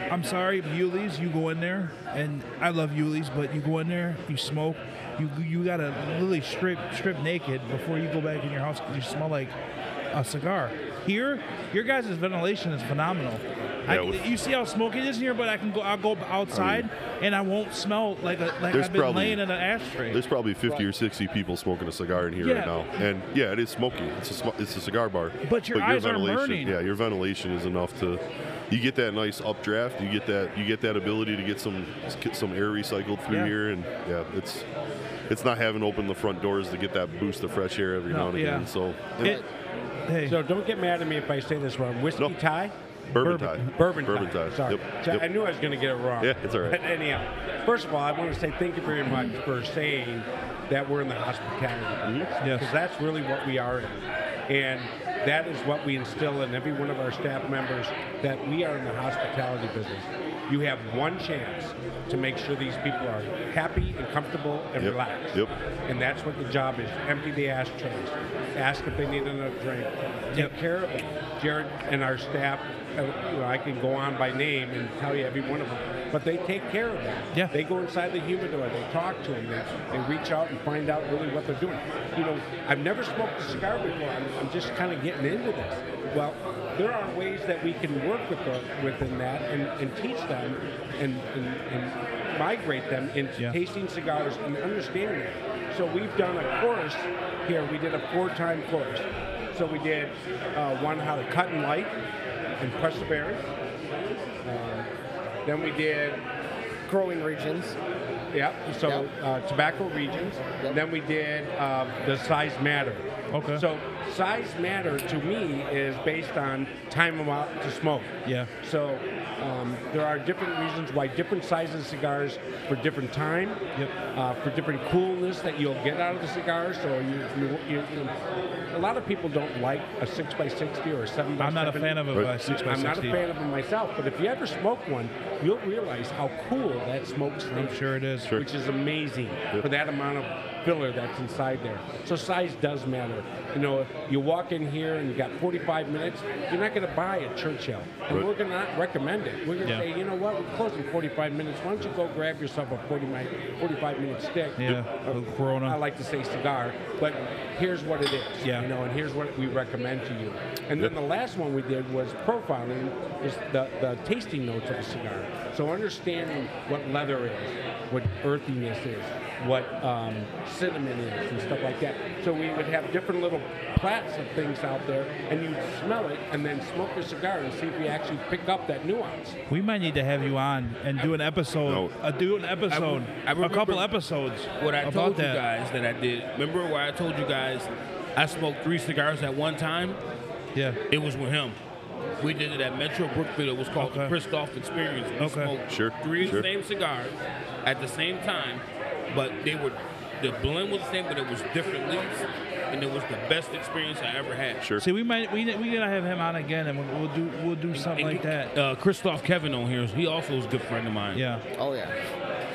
C: I'm sorry, Yuli's. You go in there, and I love Yuli's, but you go in there, you smoke, you you gotta literally strip strip naked before you go back in your house because you smell like a cigar. Here, your guys' ventilation is phenomenal.
A: Yeah,
C: I,
A: with-
C: you see how smoky it is in here, but I can go. I'll go outside, and I won't smell like a, like
A: There's
C: I've been
A: probably-
C: laying in an ashtray.
A: There's probably 50 or 60 people smoking a cigar in here right
C: Yeah.
A: now, and yeah, it is smoky. It's a sm- it's a cigar bar.
C: But your eyes are
A: ventilation,
C: burning.
A: Yeah, your ventilation is enough to. You get that nice updraft. You get that. You get that ability to get some get some air recycled through
C: Yeah.
A: here, and yeah, it's it's not having open the front doors to get that boost of fresh air every
C: No,
A: now and
C: yeah.
A: again. So and
C: It- hey,
E: So don't get mad at me if I say this wrong. Whiskey
A: No.
E: tie?
A: bourbon,
C: bourbon-
A: tie,
E: Bourbon,
A: bourbon tie.
E: Sorry.
A: Yep.
E: So
A: yep.
E: I knew I was going to get it wrong.
A: Yeah, it's all right.
E: But anyhow, first of all, I want to say thank you very much for saying that we're in the hospitality
A: Mm-hmm.
E: business.
C: Yes.
E: Because that's really what we are in. And that is what we instill in every one of our staff members that we are in the hospitality business. You have one chance to make sure these people are happy and comfortable and
A: Yep.
E: relaxed.
A: Yep.
E: And that's what the job is. Empty the ashtrays. Ask if they need another drink. Take care of it. Jared and our staff, uh, you know, I can go on by name and tell you every one of them, but they take care of them.
C: Yeah.
E: They go inside the humidor. They talk to them. They, they reach out and find out really what they're doing. You know, I've never smoked a cigar before. I'm, I'm just kind of getting into this. Well, there are ways that we can work with the, within that and, and teach them and, and, and migrate them into
C: Yeah.
E: tasting cigars and understanding it. So we've done a course here. We did a four-time course. So we did uh, one how to cut and light and press the berry. Uh, then we did
F: Growing regions.
E: Yep. So
F: Yep.
E: Uh, tobacco regions.
F: Yep.
E: Then we did uh, the size matter.
C: Okay.
E: So size matter to me is based on time amount to smoke.
C: Yeah.
E: So um, there are different reasons why different sizes of cigars for different time,
C: Yep.
E: uh, for different coolness that you'll get out of the cigar. So you, you, you, you- a lot of people don't like a six x sixty or a seven by
C: I'm not a fan of a
A: Right.
C: uh, six by
E: I'm not a
C: sixty.
E: fan of them myself, but if you ever smoke one, you'll realize how cool that smoke
C: I'm
E: stinks
C: sure it is.
E: which is amazing for that amount of filler that's inside there. So size does matter. You know, if you walk in here and you got 45 minutes, you're not going to buy a Churchill. And
A: Right.
E: we're going to not recommend it. We're going to
C: Yeah.
E: say, you know what, we're closing 45 minutes. Why don't you go grab yourself a 40 mi- 45 minute stick?
C: Yeah,
E: Or-
C: a Corona.
E: I like to say cigar, but here's what it is.
C: Yeah.
E: You know, and here's what we recommend to you. And then
A: Yeah.
E: the last one we did was profiling, is the, the tasting notes of a cigar. So understanding what leather is, what earthiness is, what um, cinnamon is, and stuff like that. So we would have different little plats of things out there, and you smell it, and then smoke your cigar and see if you actually pick up that nuance.
C: We might need to have you on and do an episode.
A: No.
C: Uh, do an episode.
D: I remember
C: a couple episodes.
D: What I
C: about
D: told
C: that.
D: you guys that I did. Remember where I told you guys I smoked three cigars at one time?
C: Yeah.
D: It was with him. We did it at Metro Brookfield. It was called the
C: Okay.
D: Christoph Experience. We
C: Okay.
D: smoked
A: Sure,
D: three of the
A: sure.
D: same cigars at the same time, but they were the blend was the same, but it was different leaves, and it was the best experience I ever had.
A: Sure.
C: See, we might we we gotta have him on again, and we'll, we'll do we'll do something
D: And
C: like
D: you-
C: that.
D: Uh, Christoph Kevin on here. He also is a good friend of mine.
C: Yeah.
F: Oh yeah.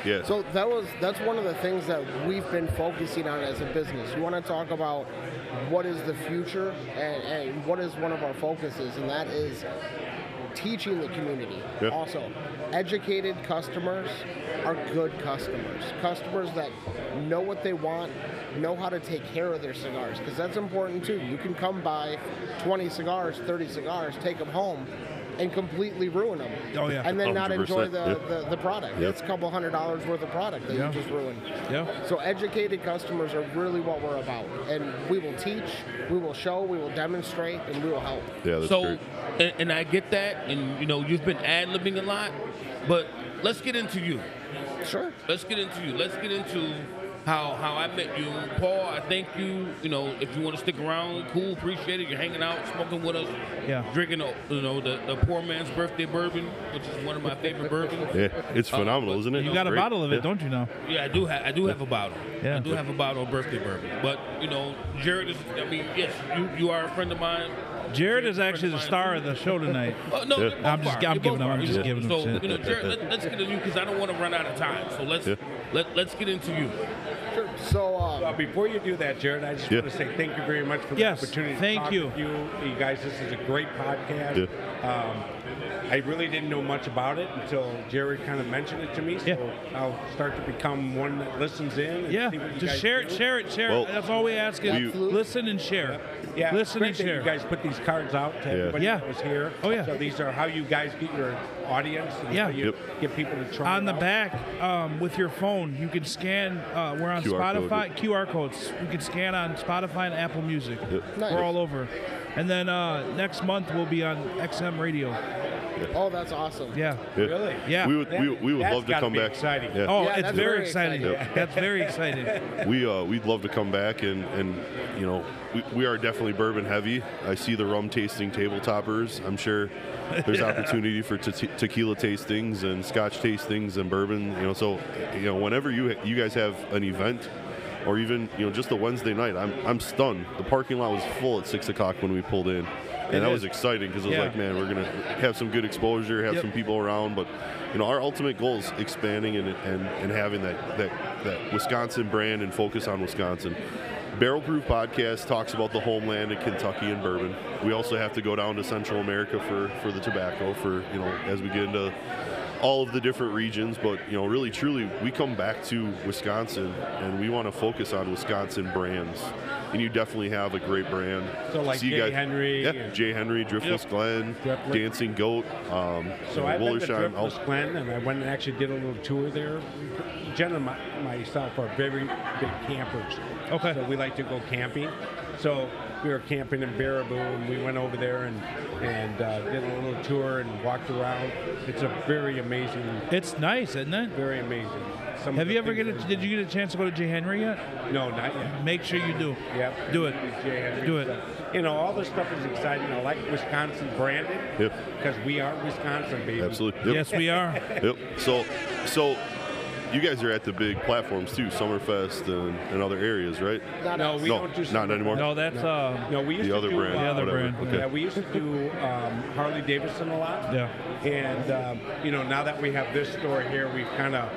A: Yeah.
F: So that was that's one of the things that we've been focusing on as a business. You want to talk about what is the future and, and what is one of our focuses, and that is teaching the community.
A: Yeah.
F: Also, educated customers are good customers. Customers that know what they want, know how to take care of their cigars, because that's important too. You can come buy 20 cigars, 30 cigars, take them home. And completely ruin them,
C: Oh, yeah.
F: and then not enjoy
A: 100%,
F: the,
A: yeah.
F: the, the product.
A: Yep.
F: It's a couple hundred dollars worth of product that
C: Yeah.
F: you just ruined.
C: Yeah.
F: So educated customers are really what we're about, and we will teach, we will show, we will demonstrate, and we will help.
A: yeah, that's
D: so,
A: great.
D: and, and I get that, and you know, you've been ad libbing a lot, but let's get into you.
F: Sure.
D: Let's get into you. Let's get into how how I met you, Paul. I thank you. You know, if you want to stick around, cool, appreciate it. You're hanging out, smoking with us,
C: Yeah.
D: drinking, uh, you know, the, the poor man's birthday bourbon, which is one of my favorite
C: <laughs>
D: bourbons.
A: Yeah, it's phenomenal,
D: but
A: isn't it?
C: Oh, You got a
A: Great.
C: bottle of
A: Yeah.
C: it, don't you know?
D: Yeah, I do. Ha- I do have a bottle.
C: Yeah.
D: I do have a bottle of birthday bourbon. But you know, Jared is. I mean, yes, you, you are a friend of mine.
C: Jared is actually the star of the show tonight.
D: Oh, no,
A: Yeah.
D: they both
C: I'm just-
D: are.
C: I'm
D: They both
C: giving them-
D: are.
C: I'm
D: You
C: just
D: know,
C: giving them
D: So
C: shit.
D: you know, Jared, let, let's get into you because I don't want to run out of time. So let's
A: Yeah.
D: let let's get into you.
F: Sure. So um,
E: Well, uh, before you do that, Jared, I just
A: Yeah.
E: want to say thank you very much for the
C: Yes,
E: opportunity. to
C: thank
E: talk
C: you.
E: with you, you guys. This is a great podcast. Um, I really didn't know much about it until Jared kind of mentioned it to me. So
C: Yeah.
E: I'll start to become one that listens in. And
C: Yeah.
E: see what you
C: Just
E: guys
C: share
E: do.
C: it, share it, share
A: Well,
C: it. That's all we ask is
A: we-
C: listen and share.
E: Yeah, it's
C: Listen
E: great
C: and
E: that
C: share.
E: You guys put these cards out to everybody
C: Yeah.
E: that was here.
C: Oh, yeah.
E: So these are how you guys get your audience. And
C: Yeah.
E: How you
A: Yep.
E: Get people to try.
C: on
E: it
C: the
E: out.
C: back um, with your phone you can scan uh, we're on
A: QR code,
C: spotify
A: yep.
C: qr codes you can scan on spotify and apple music
A: Yep.
F: Nice.
C: we're all over and then uh, next month we'll be on xm radio
F: oh, that's awesome.
C: yeah
A: Yeah.
E: Really?
C: yeah
A: We would we, we would
E: That's
A: love to
E: gotta
A: come
E: be
A: back.
E: exciting.
A: Yeah.
C: oh
F: Yeah,
C: it's
F: that's
C: very
F: very
C: exciting
F: exciting.
C: that's very exciting
A: We uh, we'd love to come back and and you know we, we are definitely bourbon heavy. I see the rum tasting table toppers. I'm sure
C: <laughs>
A: there's opportunity for te- tequila tastings and scotch tastings and bourbon. You know, so you know whenever you you guys have an event, or even you know just the Wednesday night. I'm I'm stunned. The parking lot was full at six o'clock when we pulled in, and
C: It
A: that was
C: is.
A: exciting because it was
C: Yeah.
A: like, man, we're gonna have some good exposure, have
C: Yep.
A: some people around, but you know our ultimate goal is expanding and and, and having that that that Wisconsin brand and focus on Wisconsin. Barrel Proof Podcast talks about the homeland of Kentucky and bourbon. We also have to go down to Central America for, for the tobacco for you know as we get into all of the different regions, but you know, really truly, we come back to Wisconsin and we want to focus on Wisconsin brands. And you definitely have a great brand.
E: So, like
A: you
E: J. Henry
A: yeah,
E: and-
A: Jay Henry, Driftless
E: Yep.
A: Glen,
E: Driftless.
A: Dancing Goat, um, Oh, you
E: So
A: know,
E: I've been to
A: Willershine, all-
E: Driftless Glen, and I went and actually did a little tour there. Jen and my, myself are very big campers.
C: Okay.
E: So we like to go camping. So we were camping in Baraboo, and we went over there and and uh, did a little tour and walked around. It's a very amazing,
C: It's nice, isn't it?
E: very amazing. Some of
C: Have
E: the
C: you ever get
E: things
C: a,
E: that-
C: did you get a chance to go to J. Henry yet?
E: No, not yet.
C: Make sure you do.
E: Yep.
C: Do it.
E: Jay Henry.
C: Do it.
E: So, You know, all this stuff is exciting. I like Wisconsin branded
A: Yep.
E: because we are Wisconsin, baby.
A: absolutely. Yep.
C: Yes, we are.
A: Yep. So, so you guys are at the big platforms too, Summerfest and, and other areas, right?
F: Not
E: No,
F: us.
E: we
A: No,
E: don't do
A: not
E: Summerfest.
A: anymore.
C: No, that's uh,
E: No, we used
A: The
E: to
A: other
E: do,
A: brand,
E: uh,
C: The other
A: whatever.
C: brand,
A: Okay.
E: Yeah, we used to do um, Harley Davidson a lot.
C: Yeah.
E: And um, you know, now that we have this store here, we've kind of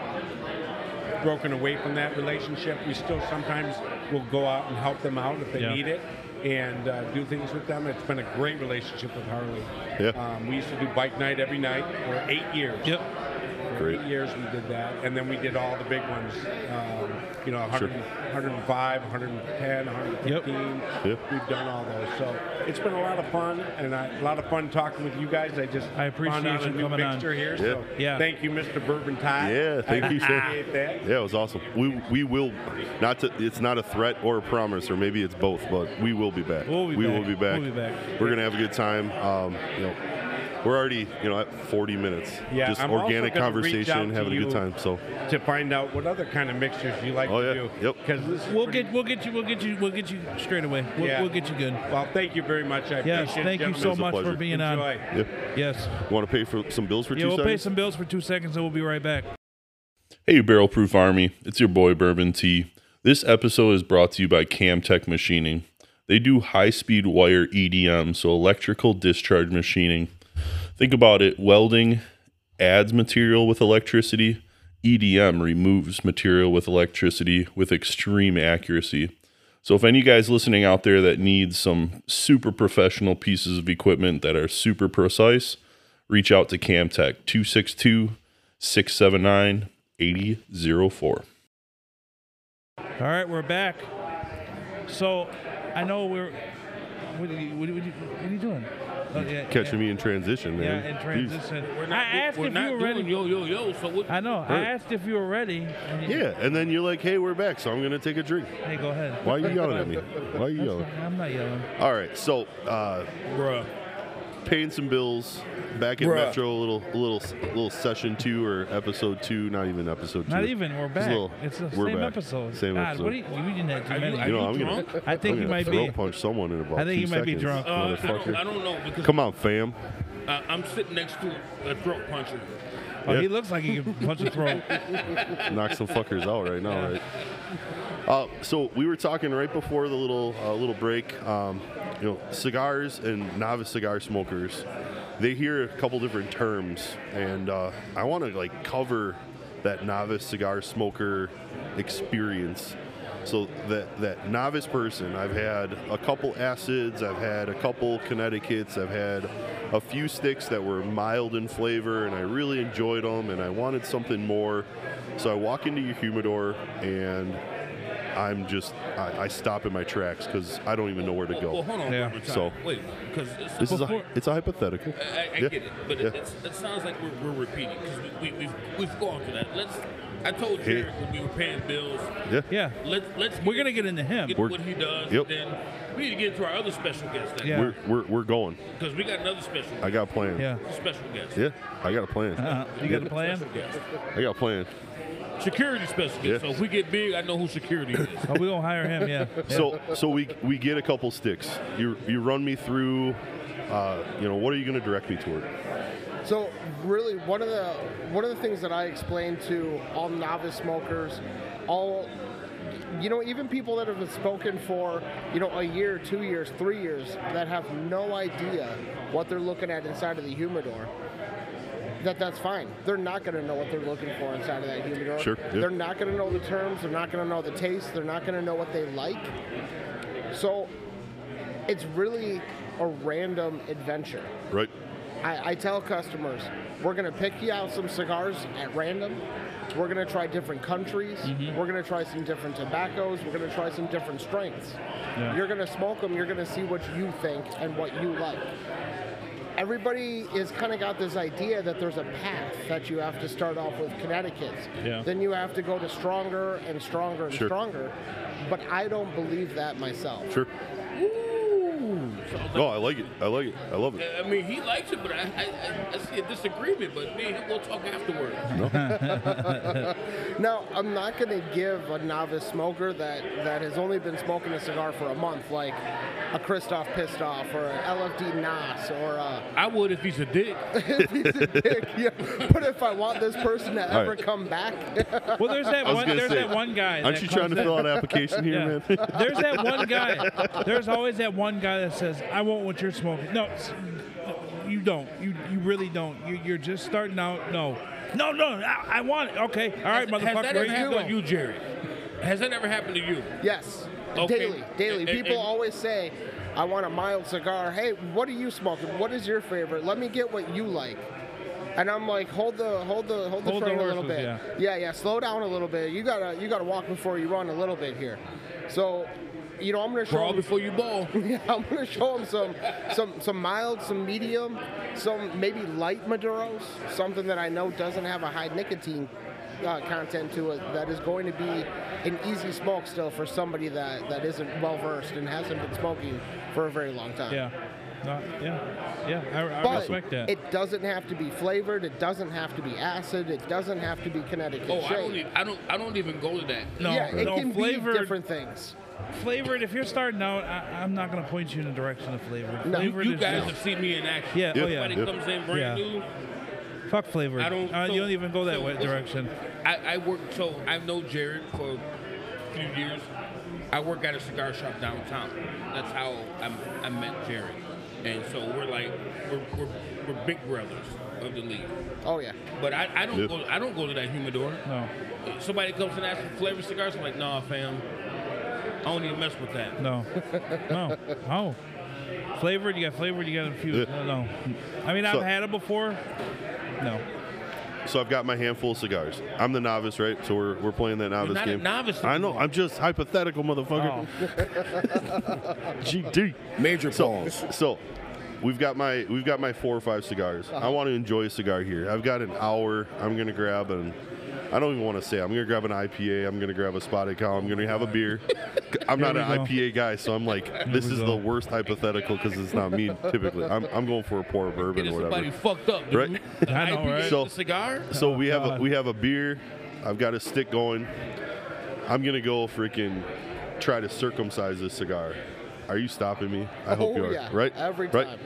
E: broken away from that relationship. We still sometimes will go out and help them out if they
C: Yeah.
E: need it. And uh, do things with them. It's been a great relationship with Harley.
A: Yeah.
E: Um, we used to do bike night every night for eight years.
C: yep.
E: For
A: Great.
E: Eight years we did that, and then we did all the big ones. Um, you know, 100,
A: Sure.
E: 105, 110, 115.
A: Yep.
E: We've done all those, so it's been a lot of fun, and I, a lot of fun talking with you guys. I just
C: I appreciate
E: found out
C: you
E: a new
C: coming on.
E: mixture here, so
C: Yeah.
E: thank you, Mr. Bourbon Todd.
A: Yeah, thank
E: I
A: you, sir.
E: appreciate that.
A: Yeah, it was awesome. We we will not to. It's not a threat or a promise, or maybe it's both. But we will be back.
C: We'll be
A: we
C: back.
A: will be back.
C: We'll be back.
A: We're gonna have a good time. Um, you know, we're already you know at 40 minutes.
E: Yeah,
A: just
E: I'm also
A: organic
E: gonna reach out
A: conversation,
E: to
A: having a
E: you.
A: good time. So
E: To find out what other kind of mixtures you like
A: Oh,
E: to
A: yeah.
E: do,
A: Yep.
E: Because
C: We'll get we'll get you we'll get you we'll get you straight away. We'll,
E: Yeah.
C: we'll get you good.
E: Well, thank you very much. I
C: Yes,
E: appreciate
C: thank
E: it,
C: you so
A: It's a
E: gentlemen.
C: much for
A: pleasure.
C: being on.
E: Enjoy.
A: yeah,
C: Yes.
A: want to pay for some bills for
C: Yeah,
A: two
C: we'll
A: seconds?
C: pay some bills for two seconds and we'll be right back.
G: Hey, you Barrel Proof Army, it's your boy Bourbon T. This episode is brought to you by Camtech Machining. They do high speed wire EDM, so electrical discharge machining. Think about it welding adds material with electricity, EDM removes material with electricity with extreme accuracy. So if any guys listening out there that needs some super professional pieces of equipment that are super precise, reach out to Camtech 262 679 8004.
C: All right, we're back. So I know we're what are you, what are you, what are you doing? Oh, yeah,
A: Catching me in transition,
C: Yeah,
A: man.
C: yeah in
A: Jeez.
C: transition. I asked
D: we're
C: if
D: not
C: you were
D: doing
C: ready.
D: Yo, yo, yo. So what?
C: I know. I
A: Right.
C: asked if you were ready. and you-
A: Yeah, and then you're like, hey, we're back, so I'm gonna take a drink.
C: Hey, go ahead.
A: Why are you yelling at me? Why are you yelling?
C: I'm not yelling.
A: All right, so uh,
D: Bruh.
A: paying some bills back at
E: Bruh.
A: Metro, a little, a little, a little session two or episode two, not even episode two.
C: Not even. We're
A: Just
C: back.
A: a little-
C: it's the
A: we're
C: same
A: back.
C: episode.
A: Same
C: God,
A: episode.
C: what are you? You didn't have too
D: Are you,
C: many.
D: are
A: You know,
D: you
A: I'm gonna- <laughs>
D: drunk?
C: I think
A: I'm gonna
C: you might
A: throat
C: be.
A: punch someone in about
C: I think
A: two
C: you might be
A: seconds,
C: drunk.
D: Uh, I, don't, I
C: <laughs>
A: motherfucker.
D: don't know because
A: Come on, fam.
D: uh, I'm sitting next to a throat puncher.
C: Oh,
A: Yeah.
C: He looks like he can punch
A: <laughs>
C: a throat.
A: Knock some fuckers out right now, right? Uh, so we were talking right before the little uh, little break. Um, you know, cigars and novice cigar smokers, they hear a couple different terms, and uh, I want to like cover that novice cigar smoker experience. So that that novice person, I've had a couple acids, I've had a couple Connecticuts, I've had a few sticks that were mild in flavor, and I really enjoyed them, and I wanted something more. So I walk into your humidor and I'm just I, I stop in my tracks because I don't even know where to
D: Well,
A: go.
D: hold on.
C: Yeah.
D: Robert,
A: So-
D: wait, because
A: This is a
C: Before-
A: it's a hypothetical.
D: I, I
A: Yeah.
D: get it, but
A: Yeah.
D: it, it's, it sounds like we're, we're repeating because we, we, we've we've gone through that. Let's. I told Jared when we were paying bills.
A: Yeah.
C: Yeah.
D: Let's let's.
C: We're gonna get into him.
D: Get
A: We're-
D: what he does.
A: Yep.
D: Then we need to get to our other special guest. Then,
C: Yeah.
A: We're, we're, we're going.
D: Because we got another special
A: I got a plan.
C: Yeah.
D: special guest.
A: Yeah. I got a plan.
C: Uh, you got a plan?
D: Special guest.
A: I got a plan.
D: Security special guest.
A: Yeah.
D: So if we get big, I know who security is.
A: <laughs>
C: Oh, we gonna hire him? Yeah. Yeah.
A: So so we we get a couple sticks. You you run me through. Uh, you know what are you going to direct me toward?
F: So really, one of the one of the things that I explain to all novice smokers, all you know, even people that have spoken for, you know, a year, two years, three years, that have no idea what they're looking at inside of the humidor, that that's fine. They're not going to know what they're looking for inside of that humidor.
A: Sure, yeah.
F: They're not going to know the terms. They're not going to know the taste. They're not going to know what they like. So it's really a random adventure.
A: right?
F: I, I tell customers, we're going to pick you out some cigars at random. We're going to try different countries. We're going to try some different tobaccos. We're going to try some different strengths. You're going to smoke them. You're going to see what you think and what you like. Everybody has kind of got this idea that there's a path that you have to start off with Connecticut's.
C: Yeah.
F: Then you have to go to stronger and stronger and
A: Sure.
F: stronger. But I don't believe that myself.
A: Sure. No, Oh, I like it. I like it. I love it.
D: I mean, he likes it, but I, I, I- I see a disagreement. But me, and him, we'll talk afterwards.
F: Now, I'm not going to give a novice smoker that, that has only been smoking a cigar for a month, like a Christoph Pistoff or an LFD Nas or a. <laughs>
D: I would if he's a dick.
F: yeah, but if I want this person to
A: right.
F: ever come back,
C: Well, there's that
A: I was
C: one.
A: gonna
C: There's
A: say,
C: that one guy.
A: Aren't
C: that
A: you
C: comes
A: trying to
C: in-
A: fill out an application here,
C: <laughs> Yeah.
A: man?
C: There's
A: <laughs>
C: that one guy. There's always that one guy that says, "I want what you're smoking." No, s- you don't. You you really don't. You, you're just starting out. No, no, no. I, I want it. Okay, all right,
D: <laughs> Has
C: motherfucker.
D: that
C: where
D: ever
C: you
D: happened to
C: going?
D: you, Jerry? Has that ever happened to you?
F: yes,
D: Okay.
F: daily, daily.
D: And- and-
F: People
D: and-
F: always say, I want a mild cigar. Hey, what are you smoking? What is your favorite? Let me get what you like. And I'm like, hold the hold the hold the
C: Hold the
F: train a little
C: horses,
F: bit.
C: yeah.
F: yeah, yeah. Slow down a little bit. You gotta you gotta walk before you run a little bit here. So, you know, I'm gonna show
D: Brawl
F: 'em-
D: before you <laughs> ball.
F: Yeah, <laughs> I'm gonna show them some, some, some mild, some medium, some maybe light Maduros, something that I know doesn't have a high nicotine uh, content to it. That is going to be an easy smoke still for somebody that, that isn't well versed and hasn't been smoking for a very long time.
C: Yeah, No, yeah, yeah. I, I
F: But
C: respect that.
F: it doesn't have to be flavored. It doesn't have to be acid. It doesn't have to be Connecticut
D: Oh, I
F: shade.
D: don't. e- I don't. I don't even go to that.
C: no,
F: yeah, it
C: no
F: can
C: flavored,
F: be different things.
C: flavored. If you're starting out, I, I'm not going to point you in the direction of flavored.
F: No.
C: flavored
D: You
C: is
D: guys
C: no.
D: have seen me in action.
C: Yeah, oh
D: Everybody
C: yeah.
A: Yeah.
D: comes in brand
C: Yeah.
D: new.
C: Fuck flavored.
D: I don't-
C: Uh,
D: so-
C: you don't even go that
D: so
C: way
D: listen-
C: direction.
D: I, I work so I've known Jared for a few years. I work at a cigar shop downtown. That's how I, I met Jared, and so we're like we're, we're, we're big brothers of the league.
F: Oh yeah.
D: But I, I don't
A: Yeah.
D: go I don't go to that humidor.
C: No,
D: Somebody comes and asks for flavored cigars. I'm like, nah, fam. I don't even mess with that.
C: no, no, no. Flavored, you got flavored, you got infused.
A: Yeah.
C: No, no. I mean, I've
A: So-
C: had it before. No.
A: So I've got my handful of cigars. I'm the novice, right? So we're, we're playing that novice
D: not a
A: game.
D: novice
A: I know. I'm just hypothetical, motherfucker. <laughs> GD.
H: Major pause.
A: So we've got my we've got my four or five cigars. I want to enjoy a cigar here. I've got an hour. I'm gonna grab an. I don't even want to say. I'm gonna grab an IPA. I'm gonna grab a spotted cow. I'm gonna have a beer. I'm not
C: we
A: an
C: go.
A: IPA guy, so I'm like, this
C: we
A: is
C: go.
A: the worst hypothetical because it's not me typically. I'm, I'm going for a pour of
D: Get
A: bourbon or whatever.
D: somebody fucked up,
A: <laughs>
D: dude.
A: Right?
D: The
C: I know,
D: IPA
C: right?
D: is
A: So-
D: a cigar.
A: So we have
F: <laughs>
C: God.
A: a, we have a beer. I've got a stick going. I'm gonna go freaking try to circumcise this cigar. Are you stopping me? I hope
F: Oh,
A: you are.
F: yeah.
A: Right?
F: Every
A: Right?
F: time.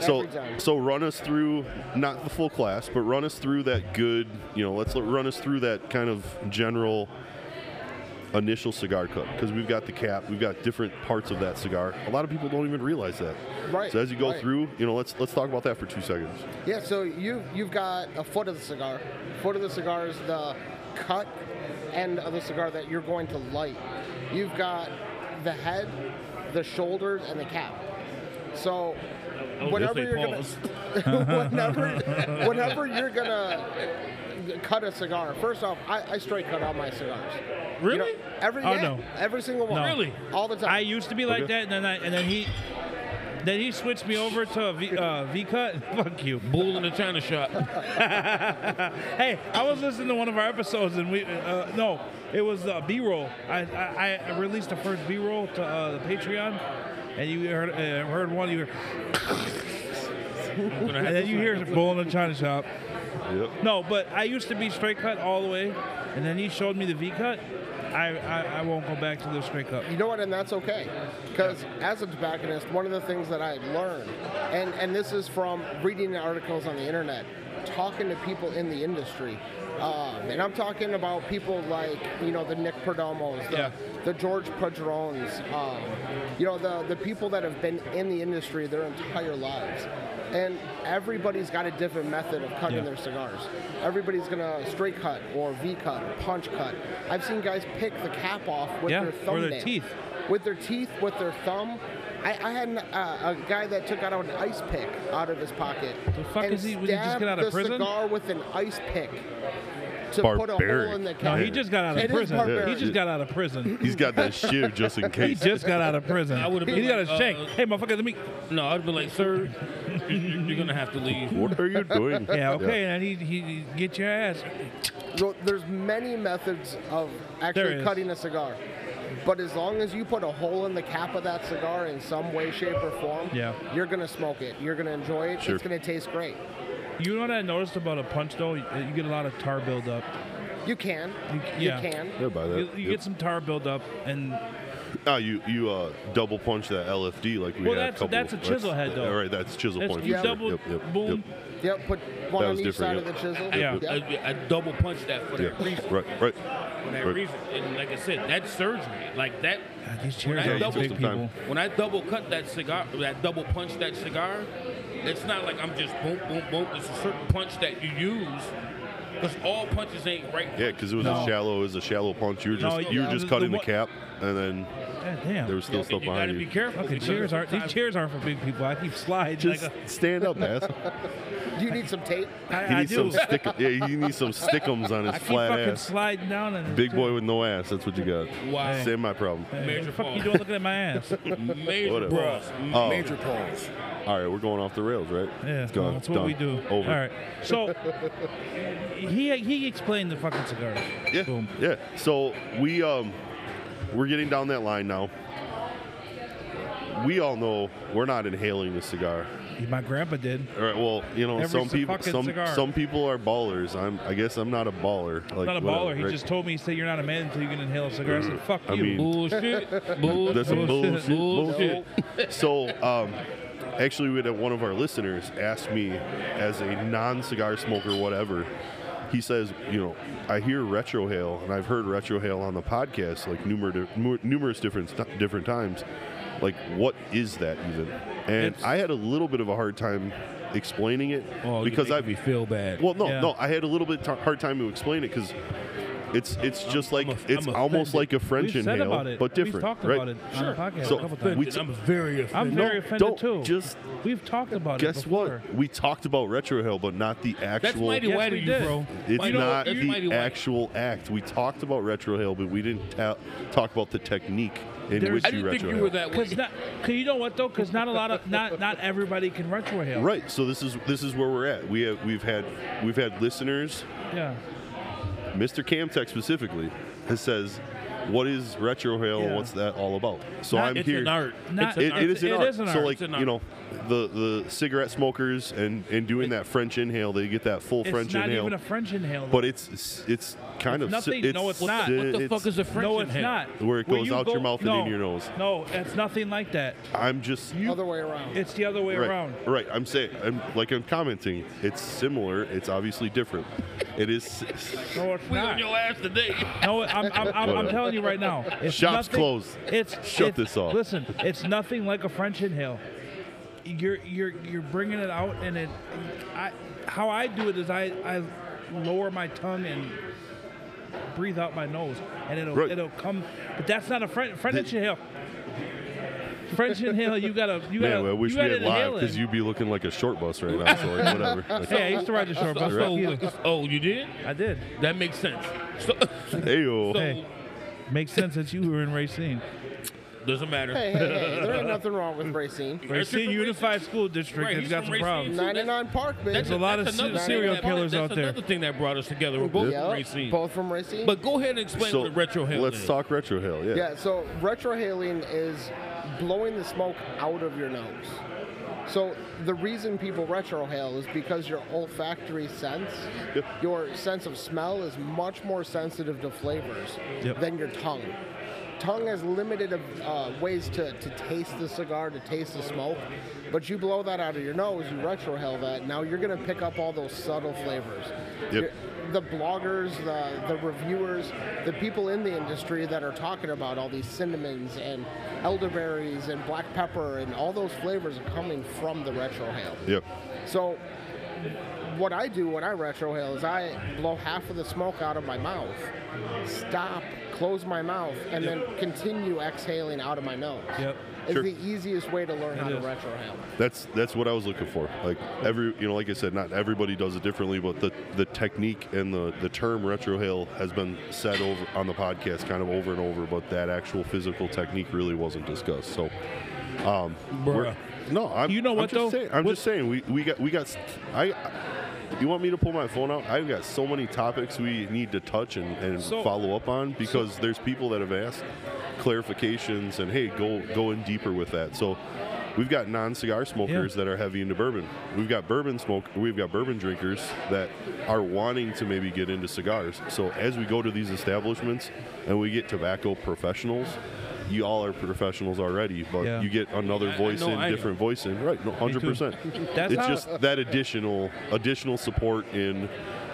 A: So
F: Every time.
A: so run us through not the full class, but run us through that good. You know, let's l- run us through that kind of general initial cigar cut because we've got the cap, we've got different parts of that cigar. A lot of people don't even realize that.
F: Right,
A: So as you go
F: right.
A: through, you know, let's let's talk about that for two seconds.
F: Yeah, so you you've got a foot of the cigar. Foot of the cigar is the cut end of the cigar that you're going to light. You've got the head, the shoulders, and the cap. So
C: Oh,
F: whenever you're gonna
C: <laughs>
F: <laughs> whenever, whenever you're gonna cut a cigar, first off, I, I straight cut all my cigars. You
C: Really?
F: know, every
C: Oh,
F: yeah,
C: no.
F: every single one.
C: No. Really?
F: All the time.
C: I used to be like that, and then I, and then he, then he switched me over to a V, uh, v cut. <laughs> Fuck you.
D: Bull in the China shop.
C: <laughs> Hey, I was listening to one of our episodes, and we uh, no, it was the B roll. I, I I released the first B roll to uh, the Patreon, and you heard uh, heard one. You heard, and then you hear it bull in a china shop.
A: Yep.
C: No, but I used to be straight cut all the way, and then he showed me the V cut. I, I, I won't go back to the straight cut.
F: You know what, and that's okay. Because as a tobacconist, one of the things that I learned, and, and this is from reading the articles on the internet, talking to people in the industry. Um, and I'm talking about people like, you know, the Nick Perdomos, the,
D: Yeah.
F: the George Padrones, um, you know, the, the people that have been in the industry their entire lives. And everybody's got a different method of cutting their cigars. Everybody's going to straight cut or V cut or punch cut. I've seen guys pick the cap off with
C: Yeah,
F: their
C: or their
F: thumbnail.
C: teeth.
F: With their teeth, with their thumb. I, I had an, uh, a guy that took out an ice pick out of his pocket.
C: The fuck
F: and
C: is he- when he just
F: stabbed
C: get out of
F: the
C: prison?
F: cigar with an ice pick to put a
I: Barbaric.
F: hole in the
C: No,
F: cap.
C: he just got out of
F: It is
C: prison.
F: barbaric.
C: He just got out
A: <laughs>
C: of prison.
A: He's
F: <laughs>
A: got that shiv just in
C: He
A: case.
C: just got out of prison.
D: I would've been
C: He got a
D: like,
C: shank.
D: uh,
C: Hey, motherfucker, let me.
D: No, I'd be like, sir, you- you- you're gonna have to leave.
A: What are you doing?
C: <laughs> Yeah, okay, and he, he, he get your ass.
F: So there's many methods of
C: There
F: actually
C: is.
F: cutting a cigar. But as long as you put a hole in the cap of that cigar in some way, shape, or form,
C: Yeah.
F: you're gonna smoke it. You're gonna enjoy it.
A: Sure.
F: It's gonna taste great.
C: You know what I noticed about a punch though? You you get a lot of tar buildup.
F: You can.
C: You- yeah.
F: You can.
A: Yeah, by that.
C: You, you
A: Uh, Yep.
C: get some tar buildup, and
A: No, you you uh, double punch that LFD like we
C: Well,
A: had
C: that's-
A: a couple.
C: that's a chisel head, though.
A: All right, that's chisel
C: that's,
A: point.
C: you
A: for sure.
C: double
A: Yep, yep,
C: boom.
A: yep.
F: Yep. Put one
A: That
F: on
A: was
F: each
A: different,
F: side
A: yeah.
F: of the chisel.
C: Yeah.
F: Yep.
D: I, I double punched that for that reason.
A: Yeah. Right, right.
D: For that
A: Right.
D: reason. And like I said, that's surgery. Like that.
C: God, these
D: When
C: chairs
D: I,
C: are
D: double,
C: big
A: took some
C: people.
A: time.
D: when I double cut that cigar, that double punch that cigar, it's not like I'm just boom, boom, boom. It's a certain punch that you use, because all punches ain't right.
A: Yeah, because it was
C: No.
A: a shallow, it was a shallow punch. You were
C: No,
A: just you were
C: yeah,
A: just
C: the-
A: cutting
C: the
A: the,
C: one-
A: cap, and then
C: God damn.
A: there was still
D: And
A: stuff
D: you gotta
A: behind
D: be
A: you.
D: careful.
C: Fucking
D: because
C: chairs aren't these
D: sometimes-
C: chairs aren't for big people. I keep sliding.
A: Just
C: like
A: stand up,
C: <laughs>
A: ass.
F: Do you need some tape?
C: a, I,
A: He
C: I
A: needs
C: do.
A: some stick. Yeah, he needs some stickums
C: <laughs>
A: on his
C: I keep
A: flat
C: fucking
A: ass.
C: sliding down. And
A: Big boy with no ass. That's what you got.
D: Wow.
A: Same my problem.
D: Major
C: What the fuck
D: fall.
C: you doing looking at my ass?
A: <laughs>
D: Major
A: Whatever.
D: balls.
A: Oh.
J: Major pause.
A: All right, we're going off the rails, right?
C: Yeah,
A: It's gone.
C: that's what
A: Done.
C: we do.
A: Over.
C: All right.
A: <laughs>
C: So he he explained the fucking cigars.
A: Yeah.
C: Boom.
A: Yeah. So we um we're getting down that line now. We all know we're not inhaling the cigar.
C: My grandpa did.
A: All right. Well, you know,
C: Every
A: some
C: ci-
A: people
C: fucking
A: some
C: cigar.
A: some people are ballers. I'm I guess I'm not a baller. Like,
C: not a
A: whatever,
C: baller. He
A: right?
C: just told me, he said, You're not a man until you can inhale a cigar. I said, Fuck
A: I
C: you.
A: mean- <laughs>
D: Bullshit. Bullshit.
A: That's some bullshit.
D: Bullshit.
A: Bullshit. so, um, actually, we had one of our listeners ask me, as a non-cigar smoker, whatever. He says, you know, I hear retrohale, and I've heard retrohale on the podcast like numerous numerous different st- different times. Like, what is that even? And
C: It's-
A: I had a little bit of a hard time explaining it
D: Oh,
A: because
D: you
A: I
D: make me feel bad.
A: well, no,
C: Yeah.
A: no, I had a little bit t- hard time to explain it because it's it's just like
D: I'm off-
A: it's
D: I'm
A: almost
D: offended.
A: like a French
C: We've said
A: inhale,
C: about it.
A: but different,
C: We've talked
A: right?
C: about it on the podcast
A: So
C: a couple times.
A: we t-
D: I'm very
C: I'm
D: offended.
C: very
A: No,
C: offended
A: don't.
C: too.
A: Just-
C: We've talked about it.
A: guess
C: before.
A: what? We talked about retrohale, but not the
D: That's
A: actual.
D: mighty
C: Yes,
D: white
C: we
D: of you,
C: did.
D: bro.
A: It's
D: Mighty-
A: not
D: you're mighty
A: the
D: white.
A: actual act. We talked about retrohale, but we didn't ta- talk about the technique in
C: There's-
A: which
D: I
A: you
D: didn't think
A: retrohale.
D: you were that way.
C: Because not, cause you know what though? Because not a lot of not not everybody can retrohale.
A: Right, so this is this is where we're at. We have we've had we've had listeners
C: Yeah.
A: Mr. Camtech specifically that says, "What is retrohale?
C: Yeah.
A: and What's that all about?" So
C: Not-
A: I'm
D: It's
A: here.
D: an art.
C: Not-
D: it's
A: It-
D: an art.
A: it is an
C: It
A: art.
C: is an
A: so
C: art.
A: like
D: It's an
A: you
D: art.
A: know, the the cigarette smokers and and doing that French inhale, they get that full
C: It's
A: French
C: not
A: inhale.
C: even a French inhale.
A: but it's it's, it's kind
C: It's
A: of
C: nothing-
A: si-
C: no, it's not.
A: si-
C: What
D: What the
A: it's-
D: fuck is a French
C: no, it's
D: inhale?
C: not.
A: Where it goes
C: you
A: out your mouth and
C: no,
A: into your nose.
C: No, it's nothing like that.
A: I'm just you
F: Other way around.
C: It's the other way
A: right,
C: around.
A: right. I'm saying I'm like I'm commenting. It's similar. It's obviously different. It is.
C: No, it's
D: We on
C: not.
D: your ass
A: <laughs>
D: today.
C: No, I'm, I'm, I'm, I'm telling you right now. It's
A: Shop's
C: nothing-
A: closed.
C: It's
A: Shut
C: it's-
A: this off.
C: Listen, it's nothing like a French inhale. You're you're you're bringing it out, and it. I how I do it is I I lower my tongue and breathe out my nose, and it'll
A: Right.
C: it'll come. But that's not a French French
A: The-
C: inhale. French inhale, you gotta you gotta.
A: Man, I wish
C: you
A: we
C: gotta
A: had live
C: inhale it.
A: because you'd be looking like a short bus right now. So like whatever. Like,
C: Hey, I used to ride the short bus.
D: So,
C: fuck you.
D: oh, you did?
C: I did.
D: That makes sense. So, <laughs> so
A: ayo.
C: Hey. Makes sense since you were in Racine.
D: doesn't matter.
F: Hey, hey, hey, there <laughs> ain't nothing wrong with Racine.
C: Racine
D: from
C: Unified School District
D: Right,
C: has
D: he's
C: got
D: from
C: some
D: Racine.
C: problems.
F: 99 Park, bitch.
C: a lot of
D: another
C: se-
D: thing
C: serial
D: that-
C: killers
D: that's
C: out there.
D: Another thing that brought us together. We're both
F: Yep,
D: from Racine.
F: Both from Racine.
D: But go ahead and explain
A: So
D: what a retro hell
A: let's
D: is.
A: talk retrohale. Yeah.
F: Yeah, so retrohaling is blowing the smoke out of your nose. So the reason people retrohale is because your olfactory sense,
A: Yep.
F: your sense of smell is much more sensitive to flavors
C: Yep.
F: than your tongue. tongue has limited of, uh, ways to, to taste the cigar, to taste the smoke, but you blow that out of your nose, you retrohale that, now you're going to pick up all those subtle flavors.
A: Yep.
F: The bloggers, the, the reviewers, the people in the industry that are talking about all these cinnamons and elderberries and black pepper and all those flavors are coming from the retrohale.
A: Yep.
F: So what I do when I retrohale is I blow half of the smoke out of my mouth, stop, close my mouth, and then continue exhaling out of my nose.
C: Yep.
F: It's
A: Sure.
F: the easiest way to learn how to
C: is.
F: retrohale.
A: That's that's what I was looking for. Like every you know, like I said, not everybody does it differently, but the, the technique and the, the term retrohale has been said over on the podcast kind of over and over, but that actual physical technique really wasn't discussed. So um we're-
C: Bruh.
A: no, I'm
C: You know
A: I'm
C: what,
A: just
C: though?
A: saying- I'm
C: What-
A: just saying we, we got we got s- I you want me to pull my phone out? I've got so many topics we need to touch and, and
C: So-
A: follow up on because there's people that have asked clarifications and hey, go go in deeper with that. So we've got non-cigar smokers that are heavy into bourbon. We've got bourbon smoke. We've got bourbon drinkers that are wanting to maybe get into cigars. So as we go to these establishments and we get tobacco professionals. You all are professionals already, but
C: Yeah.
A: you get another
D: I
A: voice
D: know,
A: in,
D: I know.
A: different voice in, right? No, hundred percent.
C: <laughs> That's
A: It's
C: how-
A: just that additional additional support in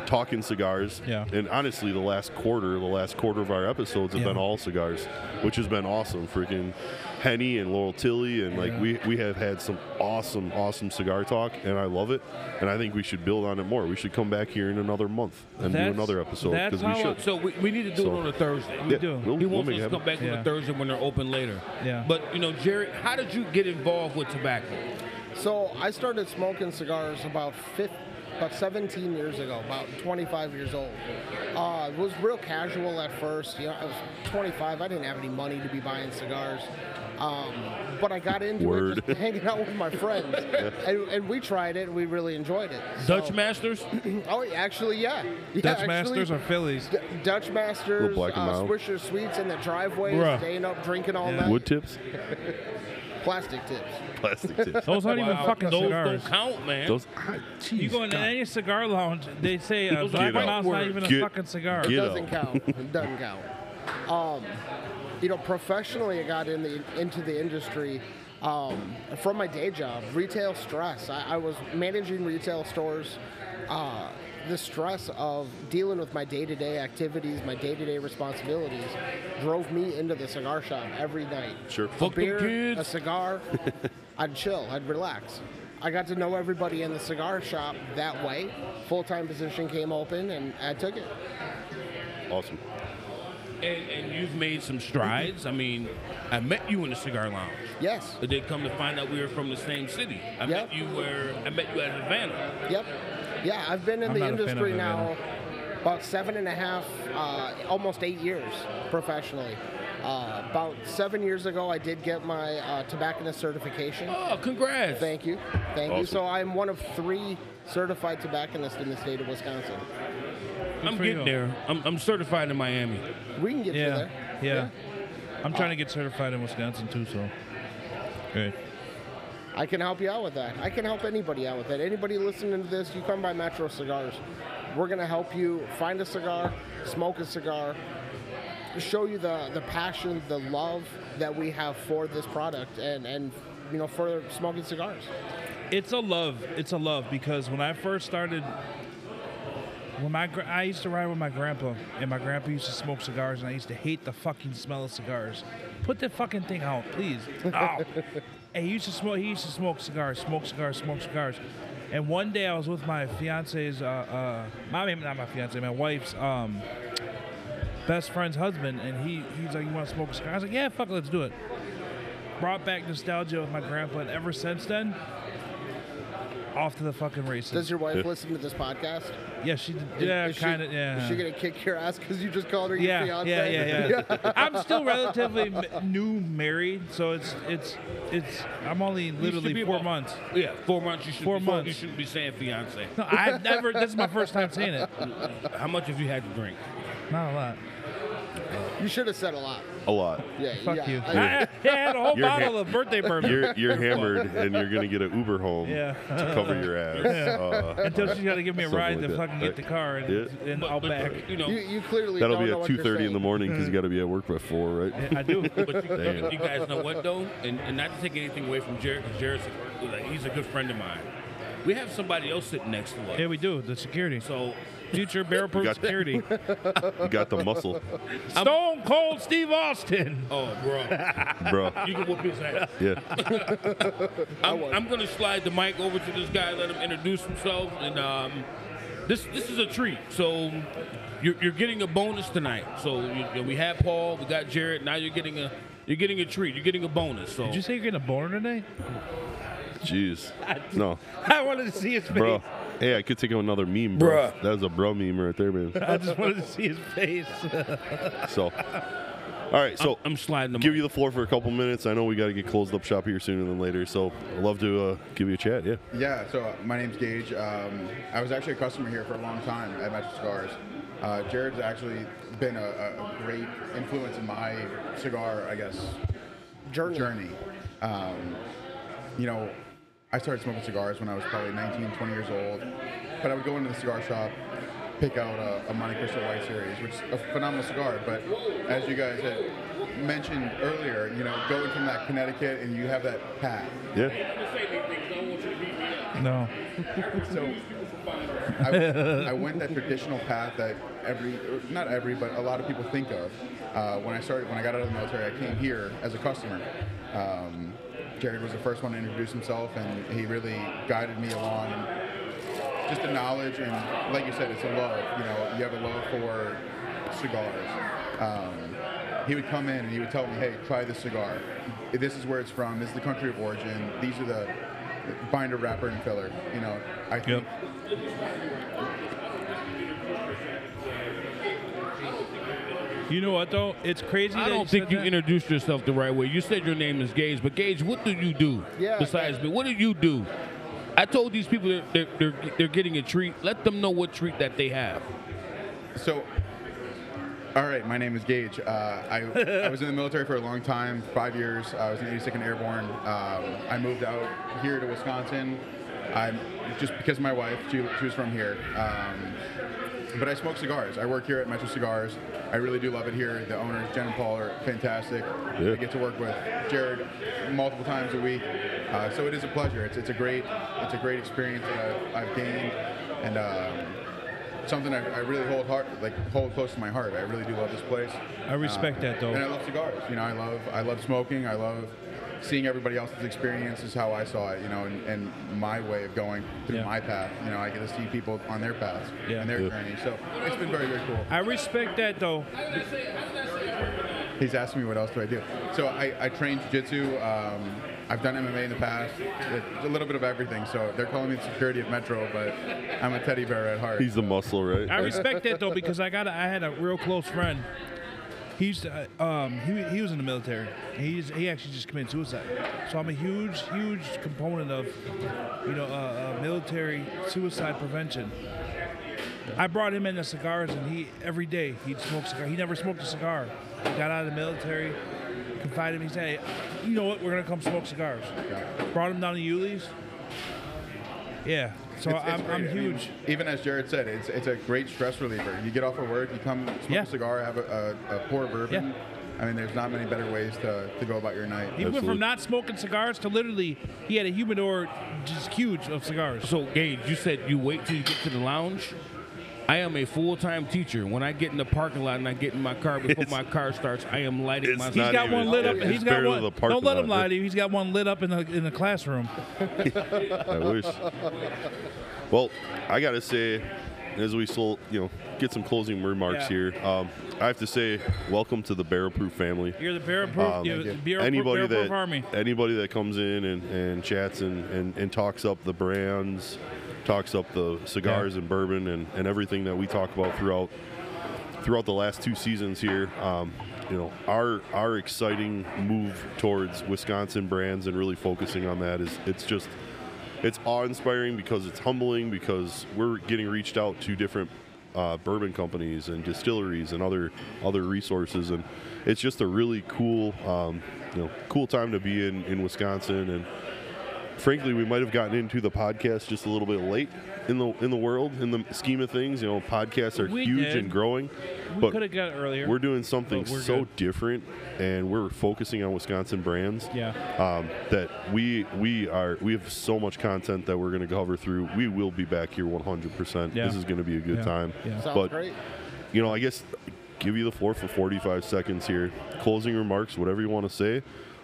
A: talking cigars.
C: Yeah.
A: And honestly, the last quarter, the last quarter of our episodes have
C: Yeah.
A: been all cigars, which has been awesome. Freaking Henny and Laurel Tilly, and like we we have had some awesome, awesome cigar talk, and I love it. And I think we should build on it more. We should come back here in another month and
C: That's-
A: do another episode
C: that's
A: because we
C: how-
A: should.
D: So we, we need to do
A: So-
D: it on a Thursday.
A: Yeah,
C: do.
A: we'll-
D: He
A: we'll
D: wants
A: make
D: us
A: it
D: to come
A: happen.
D: back on
C: Yeah.
D: a Thursday when they're open later.
C: Yeah.
D: But you know, Jerry, how did you get involved with tobacco?
F: So I started smoking cigars about fif about 17 years ago, about 25 years old. Uh, it was real casual at first. You know, I was 25. I didn't have any money to be buying cigars. Um, but I got into
A: Word.
F: it just hanging out with
A: <laughs>
F: my friends. and, and we tried it and we really enjoyed it. So-
D: Dutch Masters.
F: Oh, actually, yeah. yeah
C: Dutch
F: actually,
C: Masters or Phillies?
F: D- Dutch Masters,
A: Little black and
F: uh,
A: mild.
F: Swisher Sweets in the driveways,
C: Bruh.
F: staying up drinking all
C: Yeah.
F: night.
A: Wood tips,
F: Plastic tips.
A: plastic
C: <laughs>
A: tips.
C: Those aren't even
D: Wow,
C: fucking
D: those
C: cigars.
D: don't count, man.
A: Those, ah,
C: You
A: jeez,
C: go into
A: God.
C: any cigar lounge, they say a
D: Those
C: black
D: are
C: mouse not
D: outward.
C: even a
A: Get-
C: fucking cigar.
A: get-
F: It
A: You
F: doesn't
A: know.
F: count.
A: <laughs>
F: It doesn't count. Um, you know, professionally, I got in the, into the industry um, from my day job, retail stress. I, I was managing retail stores. Uh, the stress of dealing with my day-to-day activities, my day-to-day responsibilities, drove me into the cigar shop every night.
A: Sure.
F: A
A: Fuck
D: them
F: beer,
D: kids.
A: <laughs>
F: a cigar. I'd chill. I'd relax. I got to know everybody in the cigar shop that way. Full-time position came open, and I took it.
A: awesome.
D: And, and you've made some strides. I mean, I met you in the cigar lounge.
F: Yes.
D: But they come to find out we were from the same city. I met
F: Yep.
D: you where I met you at Havana.
F: Yep. Yeah, I've been in
C: I'm
F: the
C: not a fan of
F: industry now
C: Havana.
F: about seven and a half, uh, almost eight years professionally. Uh, about seven years ago, I did get my uh, tobacconist certification.
D: Oh, congrats!
F: Thank you. Thank you.
A: Awesome.
F: So I'm one of three certified tobacconists in the state of Wisconsin.
D: I'm
C: for
D: getting
C: you.
D: there. I'm, I'm certified in Miami.
F: We can get you
C: Yeah,
F: there.
C: yeah. I'm trying to get certified in Wisconsin too, so. Great.
F: I can help you out with that. I can help anybody out with that. Anybody listening to this, you come by Metro Cigars. We're going to help you find a cigar, smoke a cigar, show you the, the passion, the love that we have for this product and, and you know, for smoking cigars.
C: It's a love. It's a love because when I first started, when my gra- I used to ride with my grandpa, and my grandpa used to smoke cigars, and I used to hate the fucking smell of cigars. Put that fucking thing out,
F: <laughs>
C: please. Ow. and he used to smoke. He used to smoke cigars, smoke cigars, smoke cigars. And one day I was with my fiance's, uh, uh, my I mean, not my fiance, my wife's um, best friend's husband, and he he's like, "You want to smoke a cigar?" I was like, "Yeah, fuck, it, let's do it." Brought back nostalgia with my grandpa, and ever since then, off to the fucking races.
F: Does your wife listen to this podcast?
C: yeah, she. did- Yeah,
F: Is she-
C: kind of. Yeah.
F: Is she going to kick your ass because you just called her your
C: yeah,
F: fiance?
C: yeah, yeah,
F: <laughs>
C: yeah, I'm still relatively m- new married, so it's it's it's. I'm only
D: You should
C: literally
D: be
C: four
D: about-
C: months.
D: Yeah, four months. You should
C: Four
D: be,
C: months.
D: You shouldn't be saying fiance.
C: No, I've never. this is my first time saying it.
D: How much have you had to drink?
C: Not a lot.
F: You should have said a lot.
A: A lot.
F: Yeah,
C: Fuck
F: yeah.
C: you.
F: I-
C: I, I had a whole
A: You're
C: bottle of birthday bourbon.
F: <laughs>
A: You're you're hammered and you're gonna get an Uber home
C: Yeah.
A: to cover your ass. <laughs> Uh,
C: <laughs> Until she's got to give me a
A: Something
C: ride
A: like
C: to
A: that.
C: fucking get the car and,
A: Yeah.
C: and
D: But-
C: I'll
A: <laughs>
D: but,
C: back.
D: You know,
F: you, you clearly
A: that'll
F: don't
A: be
F: know
A: at
F: what you're
A: two thirty in the
F: saying.
A: morning because you got to be at work by four, right?
C: I do.
D: <laughs> But you,
A: Damn.
D: you guys know what though, and, and not to take anything away from Jared, because Jared's like, he's a good friend of mine. We have somebody else sitting next to us,
C: Yeah, we do. The security.
D: so
C: Future barrel proof
A: got-
C: security.
A: You got the muscle,
C: Stone Cold Steve Austin.
D: oh, bro,
A: bro.
D: you can whoop his ass.
A: Yeah.
D: I'm, I'm gonna slide the mic over to this guy, let him introduce himself, and um, this this is a treat. So you're, you're getting a bonus tonight. So you, you- we had Paul, we got Jared. Now you're getting a you're getting a treat. You're getting a bonus. So
C: Did you say you're gonna born today? <laughs>
A: Jeez. No,
C: I wanted to see his face.
A: bro. Hey, I could take another meme, bro.
C: Bruh.
A: That's a bro meme right there, man.
C: I just wanted to see his face. <laughs>
A: So, all right. So
D: I'm sliding the
A: give
D: mic.
A: you the floor for a couple minutes. I know we got to get closed up shop here sooner than later. So I'd love to uh, give you a chat. Yeah.
H: Yeah, so uh, my name's Gage. Um, I was actually a customer here for a long time at Metro Cigars. Uh, Jared's actually been a, a a great influence in my cigar, I guess,
F: Journey.
H: Um, you know, I started smoking cigars when I was probably 19, 20 years old. But I would go into the cigar shop, pick out a, a Monte Cristo White Series, which is a phenomenal cigar. But as you guys had mentioned earlier, you know, going from that Connecticut and you have that path.
A: Yeah.
C: No.
H: So I, I went that traditional path that every, or not every, but a lot of people think of. Uh, when I started, when I got out of the military, I came here as a customer. Um, Jared was the first one to introduce himself, and he really guided me along. Just the knowledge, and like you said, it's a love. You know, you have a love for cigars. Um, he would come in and he would tell me, "Hey, try this cigar. This is where it's from. This is the country of origin. These are the binder, wrapper, and filler." You know, I think
C: You know what though? It's crazy.
D: I
C: that
D: don't think
C: said
D: you
C: that.
D: introduced yourself the right way. You said your name is Gage, but Gage, what do you do
F: Yeah,
D: besides me? What do you do? I told these people that they're, they're, they're getting a treat. Let them know what treat that they have.
H: So, all right, my name is Gage. Uh, I, I was in the military for a long time, five years. I was in the 82nd Airborne. Um, I moved out here to Wisconsin. I'm just because of my wife, she, she was from here. Um, but I smoke cigars. I work here at Metro Cigars. I really do love it here. The owners, Jen and Paul, are fantastic.
A: Yeah.
H: I get to work with Jared multiple times a week. Uh, so it is a pleasure. It's, it's a great it's a great experience that I've, I've gained, and um, something I, I really hold heart like hold close to my heart. I really do love this place.
C: I respect
H: Um,
C: that, though.
H: And I love cigars. You know, I love I love smoking. I love seeing everybody else's experience is how I saw it. You know, and, and my way of going through
C: Yeah.
H: my path. You know, I get to see people on their paths
C: Yeah.
H: and their
A: Yeah.
H: journey. So it's been very very cool.
C: I respect that though.
H: He's asking me what else do I do. So I, I train jiu-jitsu. Um, I've done MMA in the past. It's a little bit of everything. So they're calling me the security of Metro, but I'm a teddy bear at heart.
A: He's the muscle, right?
C: I respect that though because I got a, I had a real close friend. He used to, uh, um, he, he was in the military. He's he actually just committed suicide. So I'm a huge huge component of you know uh, uh, military suicide prevention. I brought him in the cigars, and he every day he'd smoke cigar. He never smoked a cigar. He got out of the military, confided in me. He said, hey, "You know what? We're gonna come smoke cigars." Brought him down to Yulee's. Yeah. So
H: It's- it's
C: I'm, I'm
H: great. I mean,
C: huge.
H: even as Jared said, it's it's a great stress reliever. You get off of work, you come smoke
C: Yeah.
H: a cigar, have a, a, a pour of bourbon. I mean, there's not many better ways to, to go about your night.
C: He went
A: Absolutely.
C: from not smoking cigars to literally he had a humidor just huge of cigars.
D: So, Gage, you said you wait till you get to the lounge. I am a full-time teacher. When I get in the parking lot and I get in my car before
A: It's-
D: my car starts, I am lighting
A: it's
D: my.
A: not
C: He's got
A: even-
C: one lit up.
A: it's
C: He's got
A: barely
C: one.
A: the parking
C: Don't let him
A: lot,
C: lie
A: dude.
C: to you. He's got one lit up in the in the classroom.
A: I wish. Well, I gotta say, as we slow, you know, get some closing remarks
C: Yeah.
A: here. Um, I have to say, welcome to the Barrel Proof family.
C: You're the bear proof.
A: Um,
C: you're the bear
A: anybody
C: proof, bear
A: that
C: proof army.
A: anybody that comes in and, and chats and, and, and talks up the brands, talks up the cigars and bourbon and, and everything that we talk about throughout throughout the last two seasons here. Um, you know, our our exciting move towards Wisconsin brands and really focusing on that is it's just it's awe inspiring because it's humbling because we're getting reached out to different uh, bourbon companies and distilleries and other other resources. And it's just a really cool, um, you know, cool time to be in in Wisconsin. And frankly, we might have gotten into the podcast just a little bit late in the in the world in the scheme of things. You know, podcasts are
C: We
A: huge
C: did.
A: and growing.
C: We
A: but
C: could have got it earlier.
A: we're doing something
C: But we're
A: so
C: good.
A: different, and we're focusing on Wisconsin brands.
C: Yeah.
A: Um, that we we are we have so much content that we're going to cover through. We will be back here 100. percent
C: Yeah.
A: This is going to be a good
C: Yeah.
A: time.
C: Yeah.
F: Sounds
A: but
F: great.
A: you know, I guess give you the floor for 45 seconds here. Closing remarks, whatever you want to say.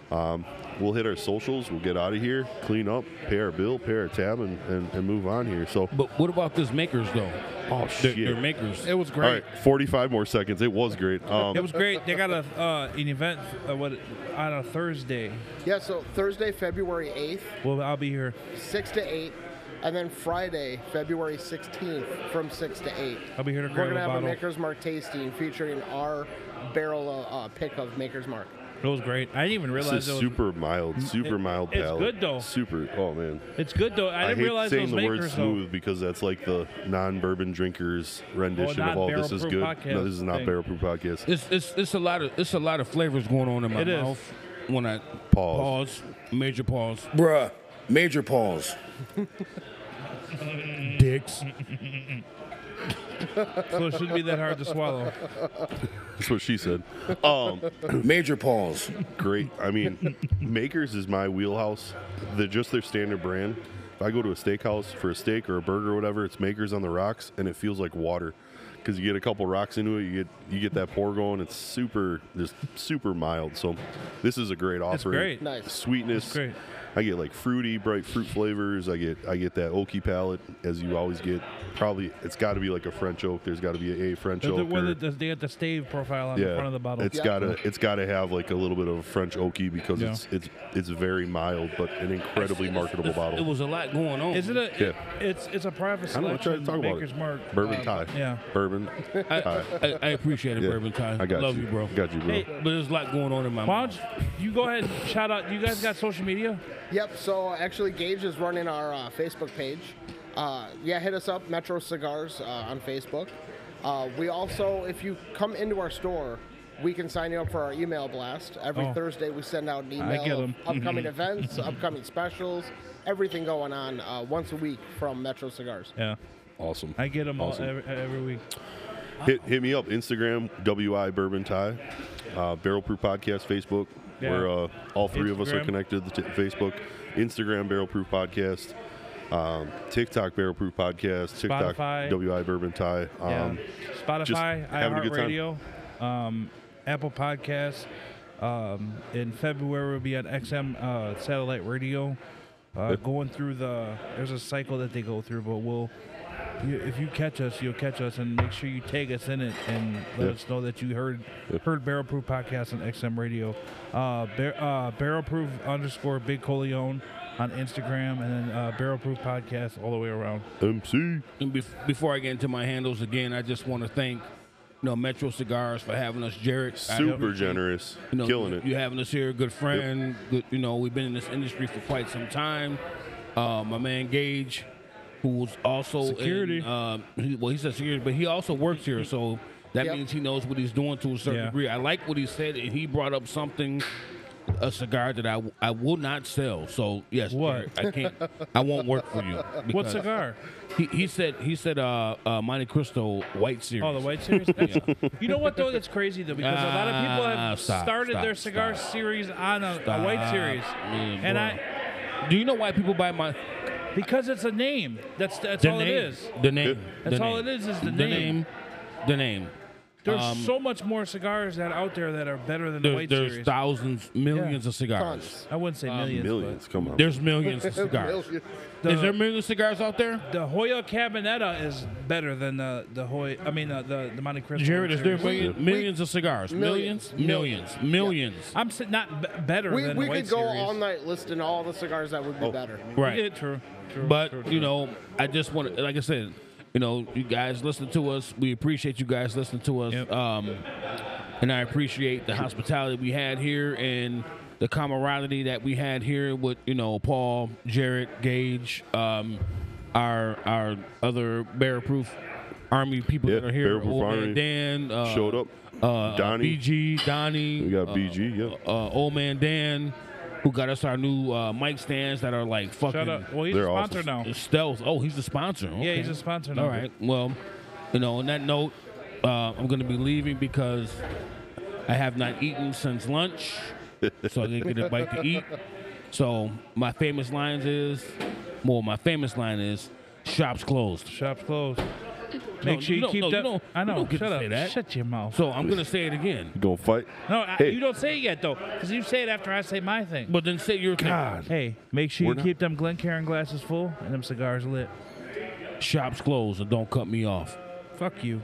A: Um, we'll hit our socials. We'll get out of here, clean up, pay our bill, pay our tab, and, and, and move on here. So,
D: But what about this makers though?
A: oh
D: They're,
A: shit!
D: they're makers.
C: It was great.
A: All right, 45 more seconds. It was great. Um,
C: It was great. They got a uh, an event uh, what on a Thursday.
F: Yeah, so Thursday, February 8th,
C: Well, I'll be here.
F: 6 to 8, and then Friday, February 16th, from 6 to 8.
C: I'll be here to
F: We're
C: grab
F: going
C: a
F: to have a
C: bottle.
F: Maker's Mark tasting featuring our barrel uh, pick of Maker's Mark.
C: It was great. I didn't even
A: This
C: realize
A: is
C: it was, Mm,
A: super mild, super
C: it-
A: mild
C: it's
A: palate.
C: good, though.
A: Super. Oh man,
C: It's good though. I
A: I,
C: didn't
A: hate
C: realize it
A: saying
C: was
A: the word
C: makers
A: smooth
C: though.
A: because that's like the non-bourbon drinkers rendition
C: Oh, not
A: of all this is
C: barrel-proof
A: good. No,
C: podcast
A: this is not
C: thing.
A: barrel proof podcast.
D: It's it's it's a lot of it's a lot of flavors going on in my
C: It is.
D: mouth when I
A: Pause.
D: pause major pause.
K: Bruh, major pause.
D: Dicks.
C: So it shouldn't be that hard to swallow.
A: That's what she said. Um,
K: <clears throat> Major pause.
A: great. I mean, Makers is my wheelhouse. They're just their standard brand. If I go to a steakhouse for a steak or a burger or whatever, it's Makers on the rocks, and it feels like water because you get a couple rocks into it, you get you get that pour going. It's super, just super mild. So this is a great offer.
C: great.
F: Nice.
A: sweetness.
C: That's great.
A: I get like fruity, bright fruit flavors. I get I get that oaky palate as you always get. Probably it's got to be like a French oak. There's got to be a French
C: The- the-
A: oak.
C: where
A: or-
C: the- the- they got the stave profile on the front of the bottle.
A: it's
F: Yeah.
A: gotta it's gotta have like a little bit of French oaky because
C: Yeah.
A: it's it's it's very mild but an incredibly marketable
D: It
A: bottle.
D: was a lot going on.
C: Is it a?
A: Yeah.
C: It's it's a private
A: I don't know what you're
C: selection.
A: talking about.
C: Maker's
A: it.
C: Mark.
A: Bourbon
C: uh,
A: tie.
C: Yeah.
A: Bourbon.
D: I,
A: tie.
D: I, I appreciate it,
A: Yeah.
D: Bourbon Ty.
A: I got
D: Love you,
A: you.
D: bro.
A: Got you, bro.
D: Hey, but there's a lot going on in my
C: Why
D: mouth.
C: don't you go ahead and shout out? You guys got social media?
F: Yep. So actually, Gage is running our uh, Facebook page. Uh, yeah, hit us up, Metro Cigars uh, on Facebook. Uh, we also, if you come into our store, we can sign you up for our email blast. Every
C: Oh.
F: Thursday, we send out an email
C: get
F: of
C: 'em. <laughs>
F: upcoming events, upcoming specials, everything going on uh, once a week from Metro Cigars.
C: Yeah.
A: Awesome.
C: I get them
A: Awesome.
C: all every, every week.
A: Hit, hit me up Instagram wi bourbon tie, uh, barrel proof podcast Facebook.
C: Yeah.
A: Where uh, all three of us are
C: Instagram.
A: connected to Facebook, Instagram barrel proof podcast, um, TikTok barrel proof podcast, TikTok
C: Spotify.
A: wi bourbon tie. Um,
C: yeah. Spotify,
A: having a good time.
C: iHeartRadio, um, Apple Podcasts. Um, in February, we'll be on XM uh, satellite radio. Uh, Going through the there's a cycle that they go through, but we'll you, if you catch us, you'll catch us, and make sure you tag us in it and let
A: Yeah.
C: us know that you heard heard Barrel Proof podcast on XM radio. Uh, bar, uh, Barrel Proof underscore Big Coleone on Instagram, and then uh, Barrel Proof podcast all the way around.
A: MC.
D: And bef- before I get into my handles again, I just want to thank you know Metro Cigars for having us, Jared. I
A: Super
D: appreciate-
A: generous.
D: you know,
A: Killing it.
D: You having us here, good friend. Good, you know, we've been in this industry for quite some time. Uh, my man Gage, who was also in,
C: Security.
D: um, he- well, he's a security, but he also works here, so that
F: Yep.
D: means he knows what he's doing to a certain
C: Yeah.
D: degree. I like what he said, and he brought up something. A cigar that I, w- I will not sell. So yes,
C: What?
D: Jared, I can't. I won't work for you.
C: <laughs> What
D: because-
C: cigar?
D: He, he said he said uh, uh, Monte Cristo White Series.
C: Oh, the White
D: <laughs>
C: Series. That's- You know what though? That's crazy though, because a lot of people
D: Ah,
C: have
D: stop,
C: started
D: stop,
C: their cigar
D: stop.
C: series on a, a White
D: Stop,
C: Series,
D: Ah, man,
C: and
D: bro.
C: I
D: Do you know why people buy my
C: because it's a name. That's that's
D: the
C: all
D: name?
C: it is.
D: The name.
C: That's
D: the
C: all
D: name.
C: it is, is the
D: the
C: name.
D: name. The name.
C: There's
D: Um,
C: so much more cigars that out there that are better than the
D: There's,
C: White
D: there's Um,
C: Series.
D: thousands, millions of cigars.
F: Tons.
C: I wouldn't say millions. but-
A: Millions. Come on.
D: There's
F: <laughs>
D: millions of cigars. is there millions of cigars out there?
C: The Hoya Cabinetta is better than the the Hoya. I mean uh, the the Monte Cristo.
D: Jared, is there
C: series.
D: million, millions of cigars?
F: Millions.
D: millions, millions. millions.
C: I'm s- not b- better
F: We,
C: than
F: we
C: the White
F: could go
C: Series. Oh.
F: all night listing all the cigars that would be better.
D: Right.
C: Yeah, true. true
D: But
C: true,
D: you
C: true.
D: know, I just want to, like I said, you know, you guys listen to us. We appreciate you guys listening to us,
C: Yep.
D: um, and I appreciate the hospitality we had here and the camaraderie that we had here with you know Paul, Jarrett, Gage, um, our our other bear proof Army people
A: Yeah,
D: that are here.
A: Bear Brook
D: Old Man
A: Army
D: Dan uh,
A: Showed up.
D: Uh,
A: Donnie.
D: BG, Donnie.
A: We got
D: uh,
A: BG, yeah.
D: Uh, old man Dan, who got us our new uh, mic stands that are like fucking
C: Shut up. Well, he's a
A: They're
C: sponsor
A: awesome.
C: now.
D: stealth. Oh, he's the sponsor.
C: Yeah,
D: Okay.
C: he's a sponsor now.
D: All right. Well, you know, on that note, uh, I'm going to be leaving because I have not eaten since lunch, so I didn't get a bite to eat. So my famous lines is, well, my famous line is, shops closed.
C: Shop's closed. Make
D: No,
C: sure you
D: no,
C: keep
D: no,
C: that.
D: you don't-
C: I
D: you
C: know.
D: don't get
C: shut
D: to
C: up.
D: say that.
C: Shut your mouth.
D: So I'm going to say it again.
A: Go fight.
C: no, I,
A: Hey.
C: you don't say it yet though, because you say it after I say my thing.
D: But then say your thing.
C: Hey, make sure
A: We're
C: you
A: not-
C: keep them Glencairn glasses full and them cigars lit.
D: Shops closed and don't cut me off.
C: Fuck you.